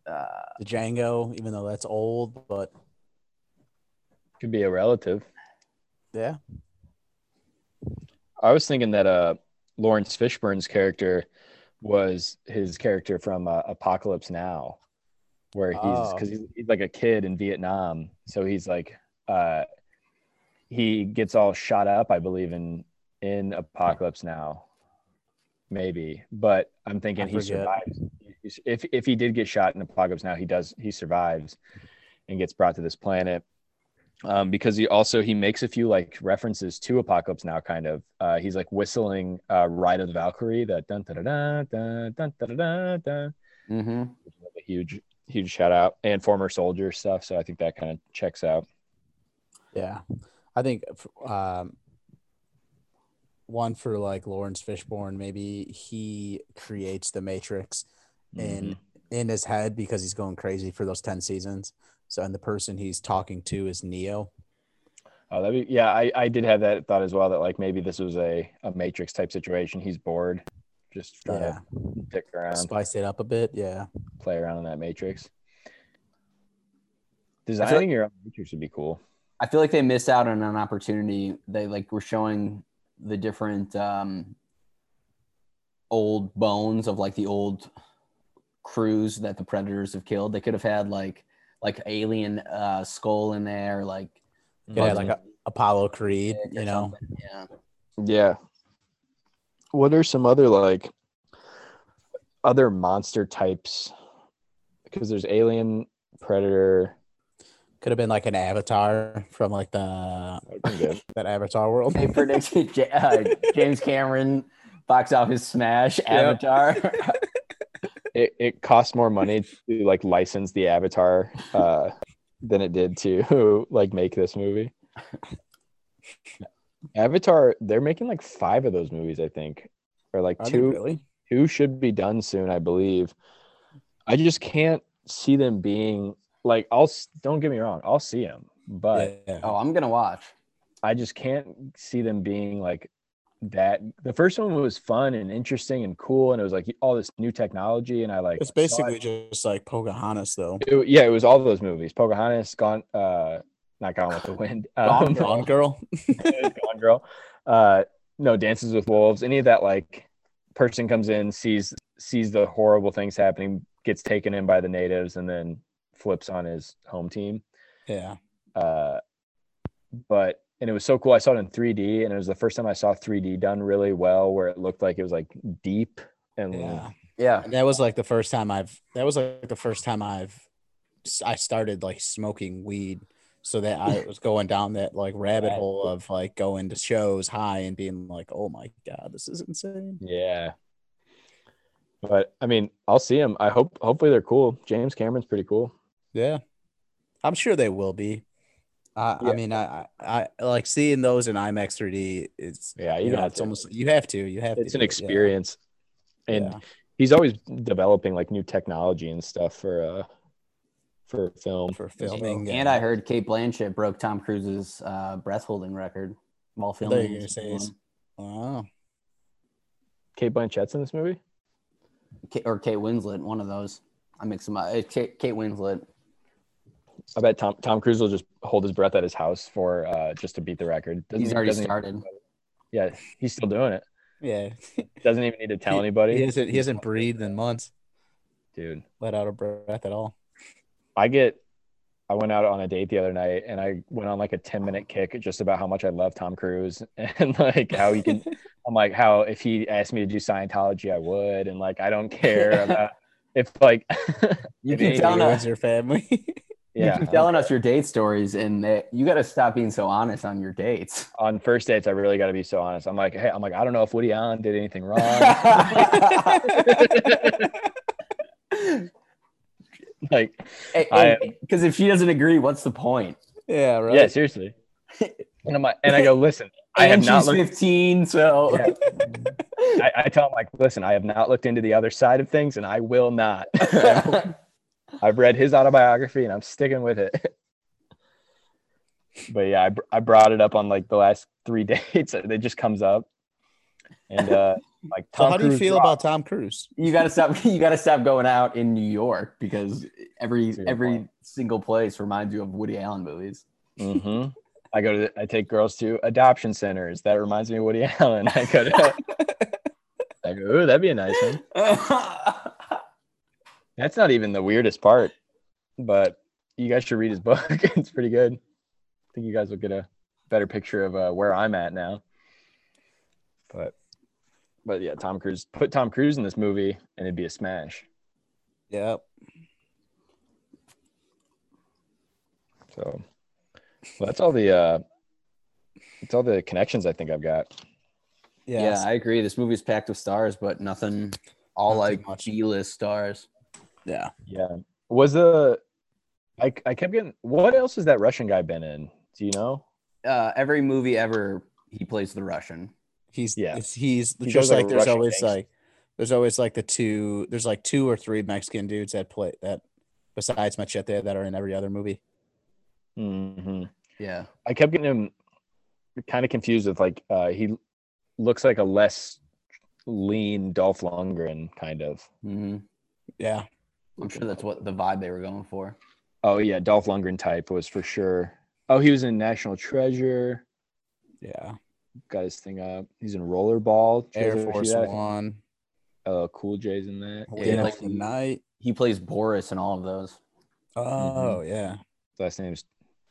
Speaker 4: uh,
Speaker 5: The Django, even though that's old, but
Speaker 6: Could be a relative.
Speaker 5: yeah.
Speaker 6: I was thinking that uh Lawrence Fishburne's character was his character from uh, Apocalypse Now, where he's
Speaker 5: Oh.
Speaker 6: because he's, he's like a kid in Vietnam, so he's like uh, he gets all shot up, I believe, in in Apocalypse Now, maybe. But I'm thinking
Speaker 5: I
Speaker 6: he
Speaker 5: forget.
Speaker 6: survives. If if he did get shot in Apocalypse Now, he does he survives and gets brought to this planet um, because he also he makes a few like references to Apocalypse Now. Kind of, uh, he's like whistling uh, "Ride of the Valkyrie," that dun da da da dun dun da da da dun.
Speaker 4: Mm-hmm.
Speaker 6: Which is, like, A huge, huge shout out and former soldier stuff. So I think that kind of checks out.
Speaker 5: Yeah, I think f- um, one for like Lawrence Fishburne, maybe he creates the Matrix in in his head because he's going crazy for those ten seasons. So, and the person he's talking to is Neo.
Speaker 6: Oh, that'd be, yeah, I, I did have that thought as well that like maybe this was a, a Matrix type situation. He's bored, just trying
Speaker 5: Yeah,
Speaker 6: to dick around,
Speaker 5: spice it up a bit. Yeah,
Speaker 6: play around in that Matrix.
Speaker 4: like-
Speaker 6: Designing your own Matrix would be cool.
Speaker 4: I feel like they missed out on an opportunity. They like were showing the different um, old bones of like the old crews that the predators have killed. They could have had like like alien uh, skull in there, like
Speaker 5: yeah,
Speaker 6: Mm-hmm.
Speaker 5: like a, Apollo Creed.
Speaker 4: Dick or
Speaker 5: You know,
Speaker 4: something, yeah.
Speaker 6: Yeah. What are some other like other monster types? Because there's alien, predator.
Speaker 5: could have been like an Avatar from like the that Avatar world.
Speaker 4: They predicted Ja-
Speaker 5: (laughs)
Speaker 4: uh, James Cameron box office smash
Speaker 5: (laughs)
Speaker 4: Avatar.
Speaker 6: It it costs more money to like license the avatar uh, than it did to (laughs) like make this movie. Avatar, they're making like five of those movies, I think, or like
Speaker 5: Are they
Speaker 6: two.
Speaker 5: really?
Speaker 6: two should be done soon, I believe. I just can't see them being like I'll s- don't get me wrong, I'll see them, but
Speaker 5: yeah.
Speaker 4: oh, I'm gonna watch.
Speaker 6: I just can't see them being like that. The first one was fun and interesting and cool, and it was like all this new technology, and I like
Speaker 5: It's
Speaker 6: saw it.
Speaker 5: basically just like Pocahontas, though.
Speaker 6: It- yeah, it was all those movies: Pocahontas, Gone, uh, not
Speaker 5: (laughs)
Speaker 6: Gone with the Wind, um,
Speaker 5: Gone, Gone Girl.
Speaker 6: (laughs)
Speaker 5: (laughs)
Speaker 6: Gone Girl. Uh, no, Dances with Wolves. Any of that, like, person comes in, sees sees the horrible things happening, gets taken in by the natives, and then flips on his home team.
Speaker 5: Yeah.
Speaker 6: Uh, but and it was so cool. I saw it in 3D, and it was the first time I saw 3D done really well, where it looked like it was like deep and
Speaker 5: Yeah.
Speaker 4: Yeah,
Speaker 5: And that was like the first time I've that was like the first time I've I started like smoking weed so that
Speaker 6: (laughs)
Speaker 5: I was going down that like rabbit hole of like going to shows high and being like, "Oh my god, this is insane."
Speaker 6: yeah. But I mean, I'll see them. I hope hopefully they're cool. James Cameron's pretty cool.
Speaker 5: Yeah. I'm sure they will be. I
Speaker 6: Yeah.
Speaker 5: I mean, I, I I like seeing those in IMAX 3D. It's
Speaker 6: Yeah,
Speaker 5: you know, it's almost you have to, you have to.
Speaker 6: it's an
Speaker 5: do it, yeah.
Speaker 6: experience, and
Speaker 5: Yeah.
Speaker 6: he's always developing like new technology and stuff for uh for film.
Speaker 5: for filming. uh,
Speaker 4: and I heard Kate Blanchett broke Tom Cruise's uh, breath holding record while
Speaker 5: I thought you
Speaker 4: filming.
Speaker 5: were gonna say it's- wow.
Speaker 6: Kate Blanchett's in this movie.
Speaker 4: Ka- or Kate Winslet, one of those. I mix them up. Uh, Kate, Kate Winslet.
Speaker 6: I bet Tom Tom Cruise will just hold his breath at his house for uh just to beat the record. Doesn't-
Speaker 4: He's already
Speaker 6: doesn't-
Speaker 4: started.
Speaker 6: Yeah, he's still doing it.
Speaker 5: Yeah. (laughs)
Speaker 6: Doesn't even need to tell
Speaker 5: He-
Speaker 6: anybody.
Speaker 5: He hasn't he
Speaker 6: (laughs)
Speaker 5: hasn't breathed in months,
Speaker 6: dude.
Speaker 5: let out a breath at all.
Speaker 6: I get I went out on a date the other night and I went on like a 10 minute kick just about how much I love Tom Cruise (laughs) and like how he can I'm like how if he asked me to do Scientology I would and like I don't care about if like
Speaker 4: You
Speaker 6: It
Speaker 4: keep
Speaker 6: ain't
Speaker 4: telling
Speaker 5: He
Speaker 6: you,
Speaker 4: us.
Speaker 5: ruins your family. (laughs)
Speaker 6: yeah uh,
Speaker 4: you keep telling us your date stories, and that you got to stop being so honest on your
Speaker 6: (laughs)
Speaker 4: dates.
Speaker 6: on first dates I really got to be so honest. I'm like hey I'm like I don't know if Woody Allen did
Speaker 5: (laughs)
Speaker 6: anything
Speaker 4: (laughs)
Speaker 6: wrong
Speaker 4: Because
Speaker 6: (laughs) like I-
Speaker 4: if she doesn't agree, what's the point?
Speaker 5: yeah, right.
Speaker 6: yeah seriously and I'm like and I go listen I
Speaker 4: and
Speaker 6: have not
Speaker 4: she's
Speaker 6: looked
Speaker 4: fifteen, so
Speaker 6: Yeah. I, I tell him like listen I have not looked into the other side of things and I will not (laughs) I've read his autobiography and I'm sticking with it. (laughs) but yeah, I, br- I brought it up on like the last three (laughs) dates. It just comes up. And uh like
Speaker 5: So
Speaker 6: Tom
Speaker 5: how do you
Speaker 6: Cruise
Speaker 5: feel
Speaker 6: rocked.
Speaker 5: about Tom Cruise?
Speaker 4: (laughs) you got to stop. (laughs) You got to stop going out in New York because every
Speaker 6: That's a good
Speaker 4: every
Speaker 6: point.
Speaker 4: single place reminds you of Woody Allen
Speaker 6: (laughs)
Speaker 4: movies.
Speaker 6: Mhm. (laughs) I go to I take girls to adoption centers. That reminds me of Woody Allen. I go to I go, ooh, that'd be a nice one. That's not even the weirdest part, but you guys should read his book. (laughs) it's pretty good. I think you guys will get a better picture of uh, where I'm at now. But, but yeah, Tom Cruise. Put Tom Cruise in this movie, and it'd be a smash.
Speaker 5: Yep.
Speaker 6: So, well, that's all the. uh It's all the connections I think I've got.
Speaker 5: Yes.
Speaker 4: Yeah, I agree. This movie's packed with stars, but nothing all
Speaker 5: Nothing
Speaker 4: like
Speaker 5: much.
Speaker 4: G list stars.
Speaker 5: Yeah.
Speaker 6: Yeah. Was the I I kept getting what else has that Russian guy been in? Do you know?
Speaker 4: Uh, every movie ever, he plays the Russian.
Speaker 5: He's
Speaker 6: Yeah.
Speaker 5: yeah. He's
Speaker 6: He goes
Speaker 5: just
Speaker 6: like
Speaker 5: like
Speaker 6: a
Speaker 5: there's
Speaker 6: Russian
Speaker 5: always
Speaker 6: gangster.
Speaker 5: like there's always like the two there's like two or three Mexican dudes that play that besides Machete that are in every other movie.
Speaker 6: Mm-hmm.
Speaker 4: Yeah.
Speaker 6: I kept getting him kind of confused with like uh he looks like a less lean Dolph Lundgren kind of.
Speaker 4: hmm
Speaker 5: Yeah.
Speaker 4: I'm sure that's what the vibe they were going for.
Speaker 6: Oh yeah, Dolph Lundgren type was for sure. Oh, he was in National Treasure.
Speaker 5: Yeah.
Speaker 6: Got his thing up. He's in Rollerball. Did you
Speaker 5: Air
Speaker 6: guys ever see
Speaker 5: Force
Speaker 6: that?
Speaker 5: One.
Speaker 6: Oh, Cool J's in that.
Speaker 5: Wake
Speaker 4: Yeah,
Speaker 5: Up
Speaker 4: like-
Speaker 5: Tonight.
Speaker 4: He plays Boris in all of those.
Speaker 6: Mm-hmm.
Speaker 5: Oh yeah.
Speaker 6: His last name's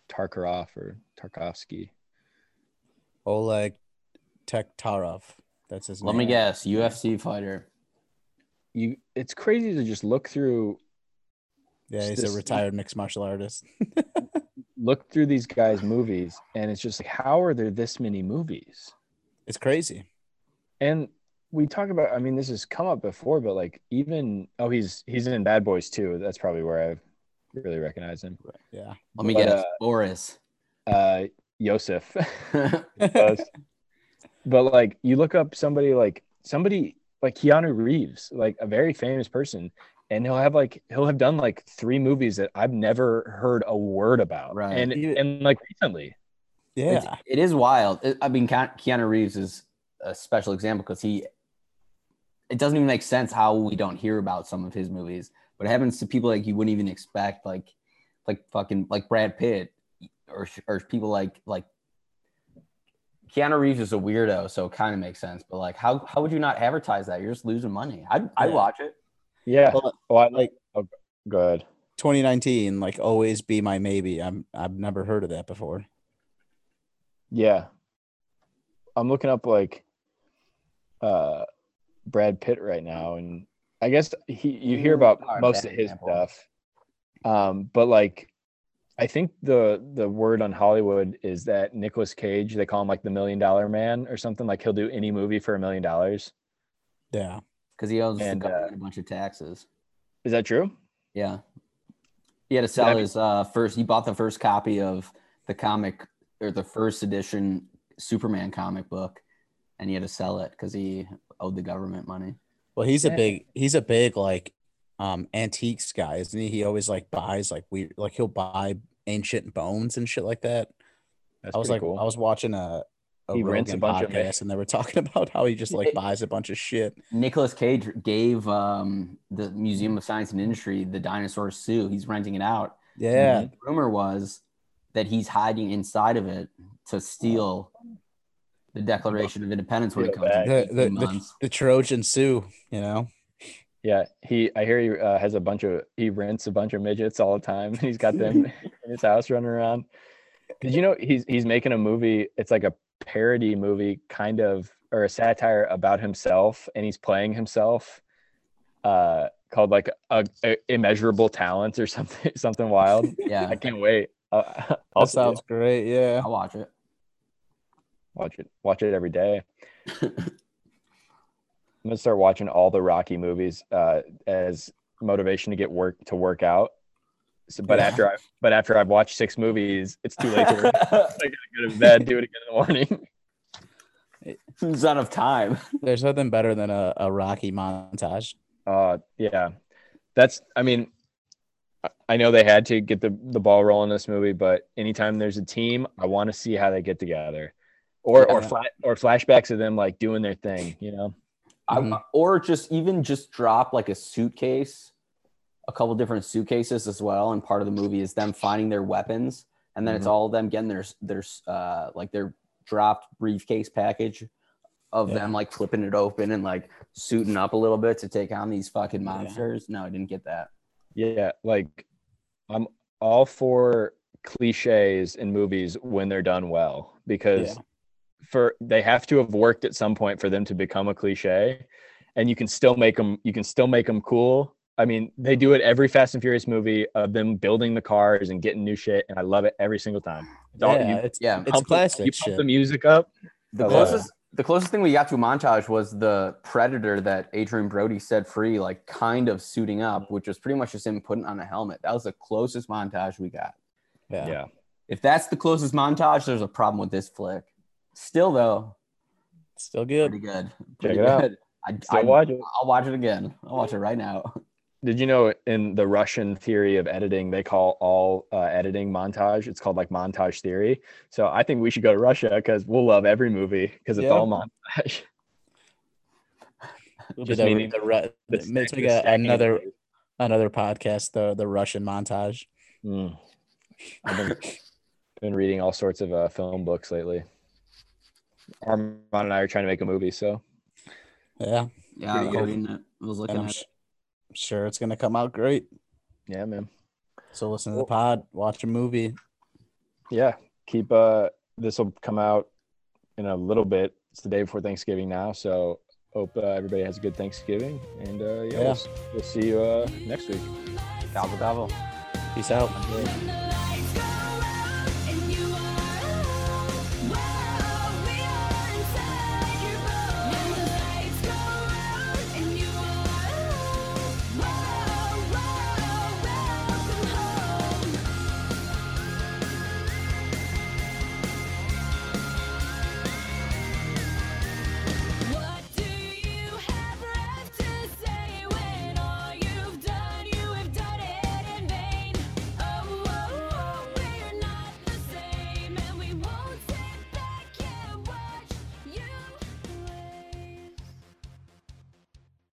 Speaker 6: Tarkarov or Tarkovsky.
Speaker 5: Oleg Tektarov. That's his
Speaker 4: Let
Speaker 5: name.
Speaker 4: me guess, UFC fighter.
Speaker 6: You, it's crazy to just look through
Speaker 5: Yeah, he's
Speaker 6: This-
Speaker 5: a retired mixed martial artist.
Speaker 6: look through these guys' movies, and it's just like, how are there this many movies?
Speaker 5: It's crazy.
Speaker 6: And we talk about, I mean, this has come up before, but like even oh, he's he's in Bad Boys too. That's probably where I really recognize him.
Speaker 5: Yeah.
Speaker 4: Let me
Speaker 6: But,
Speaker 4: guess,
Speaker 6: uh,
Speaker 4: (laughs) Boris.
Speaker 6: Uh Yosef. but like you look up somebody like somebody like Keanu Reeves, like a very famous person, and he'll have like he'll have done like three movies that I've never heard a word about.
Speaker 4: Right.
Speaker 6: And
Speaker 5: You-
Speaker 6: and like recently.
Speaker 5: Yeah.
Speaker 4: It's- It is wild. It- I mean, Ke- Keanu Reeves is a special example because he, it doesn't even make sense how we don't hear about some of his movies, but it happens to people like you wouldn't even expect, like, like fucking like Brad Pitt or or people like like. Keanu Reeves is a weirdo, so it kind of makes sense. But like, how how would you not advertise that? You're just losing money. I I
Speaker 5: Yeah.
Speaker 4: watch it.
Speaker 6: Yeah.
Speaker 5: Well,
Speaker 6: Oh, I,
Speaker 5: like-
Speaker 6: oh, go ahead.
Speaker 5: 2019, like always be my maybe. I'm I've never heard of that before.
Speaker 6: Yeah. I'm looking up like uh Brad Pitt right now and I guess he you hear
Speaker 4: Ooh,
Speaker 6: about
Speaker 4: not a
Speaker 6: most
Speaker 4: bad
Speaker 6: of his
Speaker 4: example.
Speaker 6: stuff. Um but like I think the the word on Hollywood is that Nicolas Cage, they call him like the million dollar man or something like he'll do any movie for a million dollars.
Speaker 5: Yeah.
Speaker 4: because he owes
Speaker 6: And,
Speaker 4: the
Speaker 5: uh,
Speaker 4: government a bunch of taxes.
Speaker 6: Is that true?
Speaker 4: Yeah, he had to
Speaker 6: I
Speaker 4: sell
Speaker 6: mean-
Speaker 4: his uh, first. He bought the first copy of the comic or the first edition Superman comic book, and he had to sell it because he owed the government money.
Speaker 5: Well, he's
Speaker 6: Yeah.
Speaker 5: a big he's a big like um antiques guy, isn't he? He always like buys like weird like he'll buy ancient bones and shit like that.
Speaker 6: That's
Speaker 5: I was
Speaker 6: pretty
Speaker 5: like I was watching a, a
Speaker 6: He rents a
Speaker 5: Rogan
Speaker 6: bunch of ma-
Speaker 5: podcast and they were (laughs) talking about how he just like buys a bunch of shit.
Speaker 4: Nicholas Cage gave um, the Museum of Science and Industry the dinosaur zoo. He's renting it out.
Speaker 6: Mm-hmm.
Speaker 5: Yeah.
Speaker 4: The rumor was that he's hiding inside of it to steal the Declaration of Independence when it
Speaker 6: Steal
Speaker 4: comes in
Speaker 6: back.
Speaker 5: The, the,
Speaker 4: 18
Speaker 5: the,
Speaker 4: months.
Speaker 5: the Trojan Sioux, you know.
Speaker 6: Yeah, he. I hear he uh, has a bunch of. He rents a bunch of midgets all the time, (laughs) and he's
Speaker 5: (laughs)
Speaker 6: got them in his house running around. Did you know he's he's making a movie? It's like a parody movie, kind of, or a satire about himself, and he's playing himself. Uh, called like a, a immeasurable talent or something, (laughs) something wild.
Speaker 4: Yeah,
Speaker 6: I can't wait. Uh, (laughs)
Speaker 5: That
Speaker 6: also,
Speaker 5: sounds great. Yeah.
Speaker 4: I'll watch it.
Speaker 6: watch it. Watch it
Speaker 5: (laughs)
Speaker 6: every day. I'm gonna start watching all the Rocky movies uh, as motivation to get work to work out. So, but
Speaker 5: Yeah.
Speaker 6: after I but after I've watched six movies, it's too late to
Speaker 5: (laughs)
Speaker 6: work. out. I gotta go to bed, do it again in the morning. (laughs)
Speaker 4: It's out of time.
Speaker 5: There's nothing better than a, a Rocky montage.
Speaker 6: Uh, yeah, that's. I mean, I- I know they had to get the the ball rolling in this movie, but anytime there's a team, I want to see how they get together, or or
Speaker 5: Yeah.
Speaker 6: flat or flashbacks of them like doing their thing. You know,
Speaker 4: I-
Speaker 5: Mhm.
Speaker 4: or just even just drop like a suitcase, a couple different suitcases as well. And part of the movie is them finding their weapons, and then it's all of them getting their their uh, like their dropped briefcase package of
Speaker 5: Yeah.
Speaker 4: them like flipping it open and like suiting up a little bit to take on these fucking monsters. No, I didn't get that.
Speaker 6: Yeah, like I'm all for cliches in movies when they're done well because for they have to have worked at some point for them to become a cliche and you can still make them you can still make them cool. I mean, they do it every Fast and Furious movie of them building the cars and getting new shit and I love it every single time. It's all-
Speaker 5: yeah,
Speaker 6: you
Speaker 5: it's,
Speaker 4: Yeah.
Speaker 5: it's
Speaker 6: pump the-
Speaker 5: classic
Speaker 6: you pump
Speaker 5: shit.
Speaker 6: the music up.
Speaker 4: The
Speaker 6: Oh,
Speaker 4: closest the closest thing we got to a montage was the predator that Adrian Brody set free, like kind of suiting up, which was pretty much just him putting on a helmet. That was the closest montage we got.
Speaker 5: yeah.
Speaker 6: Yeah.
Speaker 4: If that's the closest montage, there's a problem with this flick. Still though,
Speaker 5: Still good.
Speaker 4: pretty good. Pretty
Speaker 6: it out.
Speaker 4: good. I,
Speaker 6: So
Speaker 4: I,
Speaker 6: watch it.
Speaker 4: I'll watch it again. I'll watch it right now.
Speaker 6: Did you know in the Russian theory of editing, they call all uh, editing montage? It's called like montage theory. So I think we should go to Russia because we'll love every movie because it's
Speaker 5: Yeah.
Speaker 6: all montage.
Speaker 5: We'll do
Speaker 6: Just
Speaker 5: the,
Speaker 6: meaning
Speaker 5: the, re- let's
Speaker 6: It's like
Speaker 5: make
Speaker 6: the
Speaker 5: a-
Speaker 6: stacking of
Speaker 5: another
Speaker 6: movies.
Speaker 5: another podcast. The the Russian montage.
Speaker 6: Mm. I've been, been reading all sorts of uh, film books lately. Armand and I are trying to make a movie, so
Speaker 5: Yeah,
Speaker 4: Yeah,
Speaker 5: Pretty
Speaker 4: I
Speaker 5: good.
Speaker 4: was reading it. I was looking
Speaker 5: and I'm
Speaker 4: at
Speaker 5: sh-
Speaker 4: it.
Speaker 5: sure it's gonna come out great.
Speaker 6: yeah, man.
Speaker 5: So listen to the pod, watch a movie.
Speaker 6: Yeah, keep uh this will come out in a little bit. It's the day before Thanksgiving now, so hope uh, everybody has a good Thanksgiving and uh yeah,
Speaker 5: Yeah.
Speaker 6: We'll, s- we'll see you uh next week.
Speaker 4: Gobble gobble.
Speaker 5: Peace out.
Speaker 7: Yeah.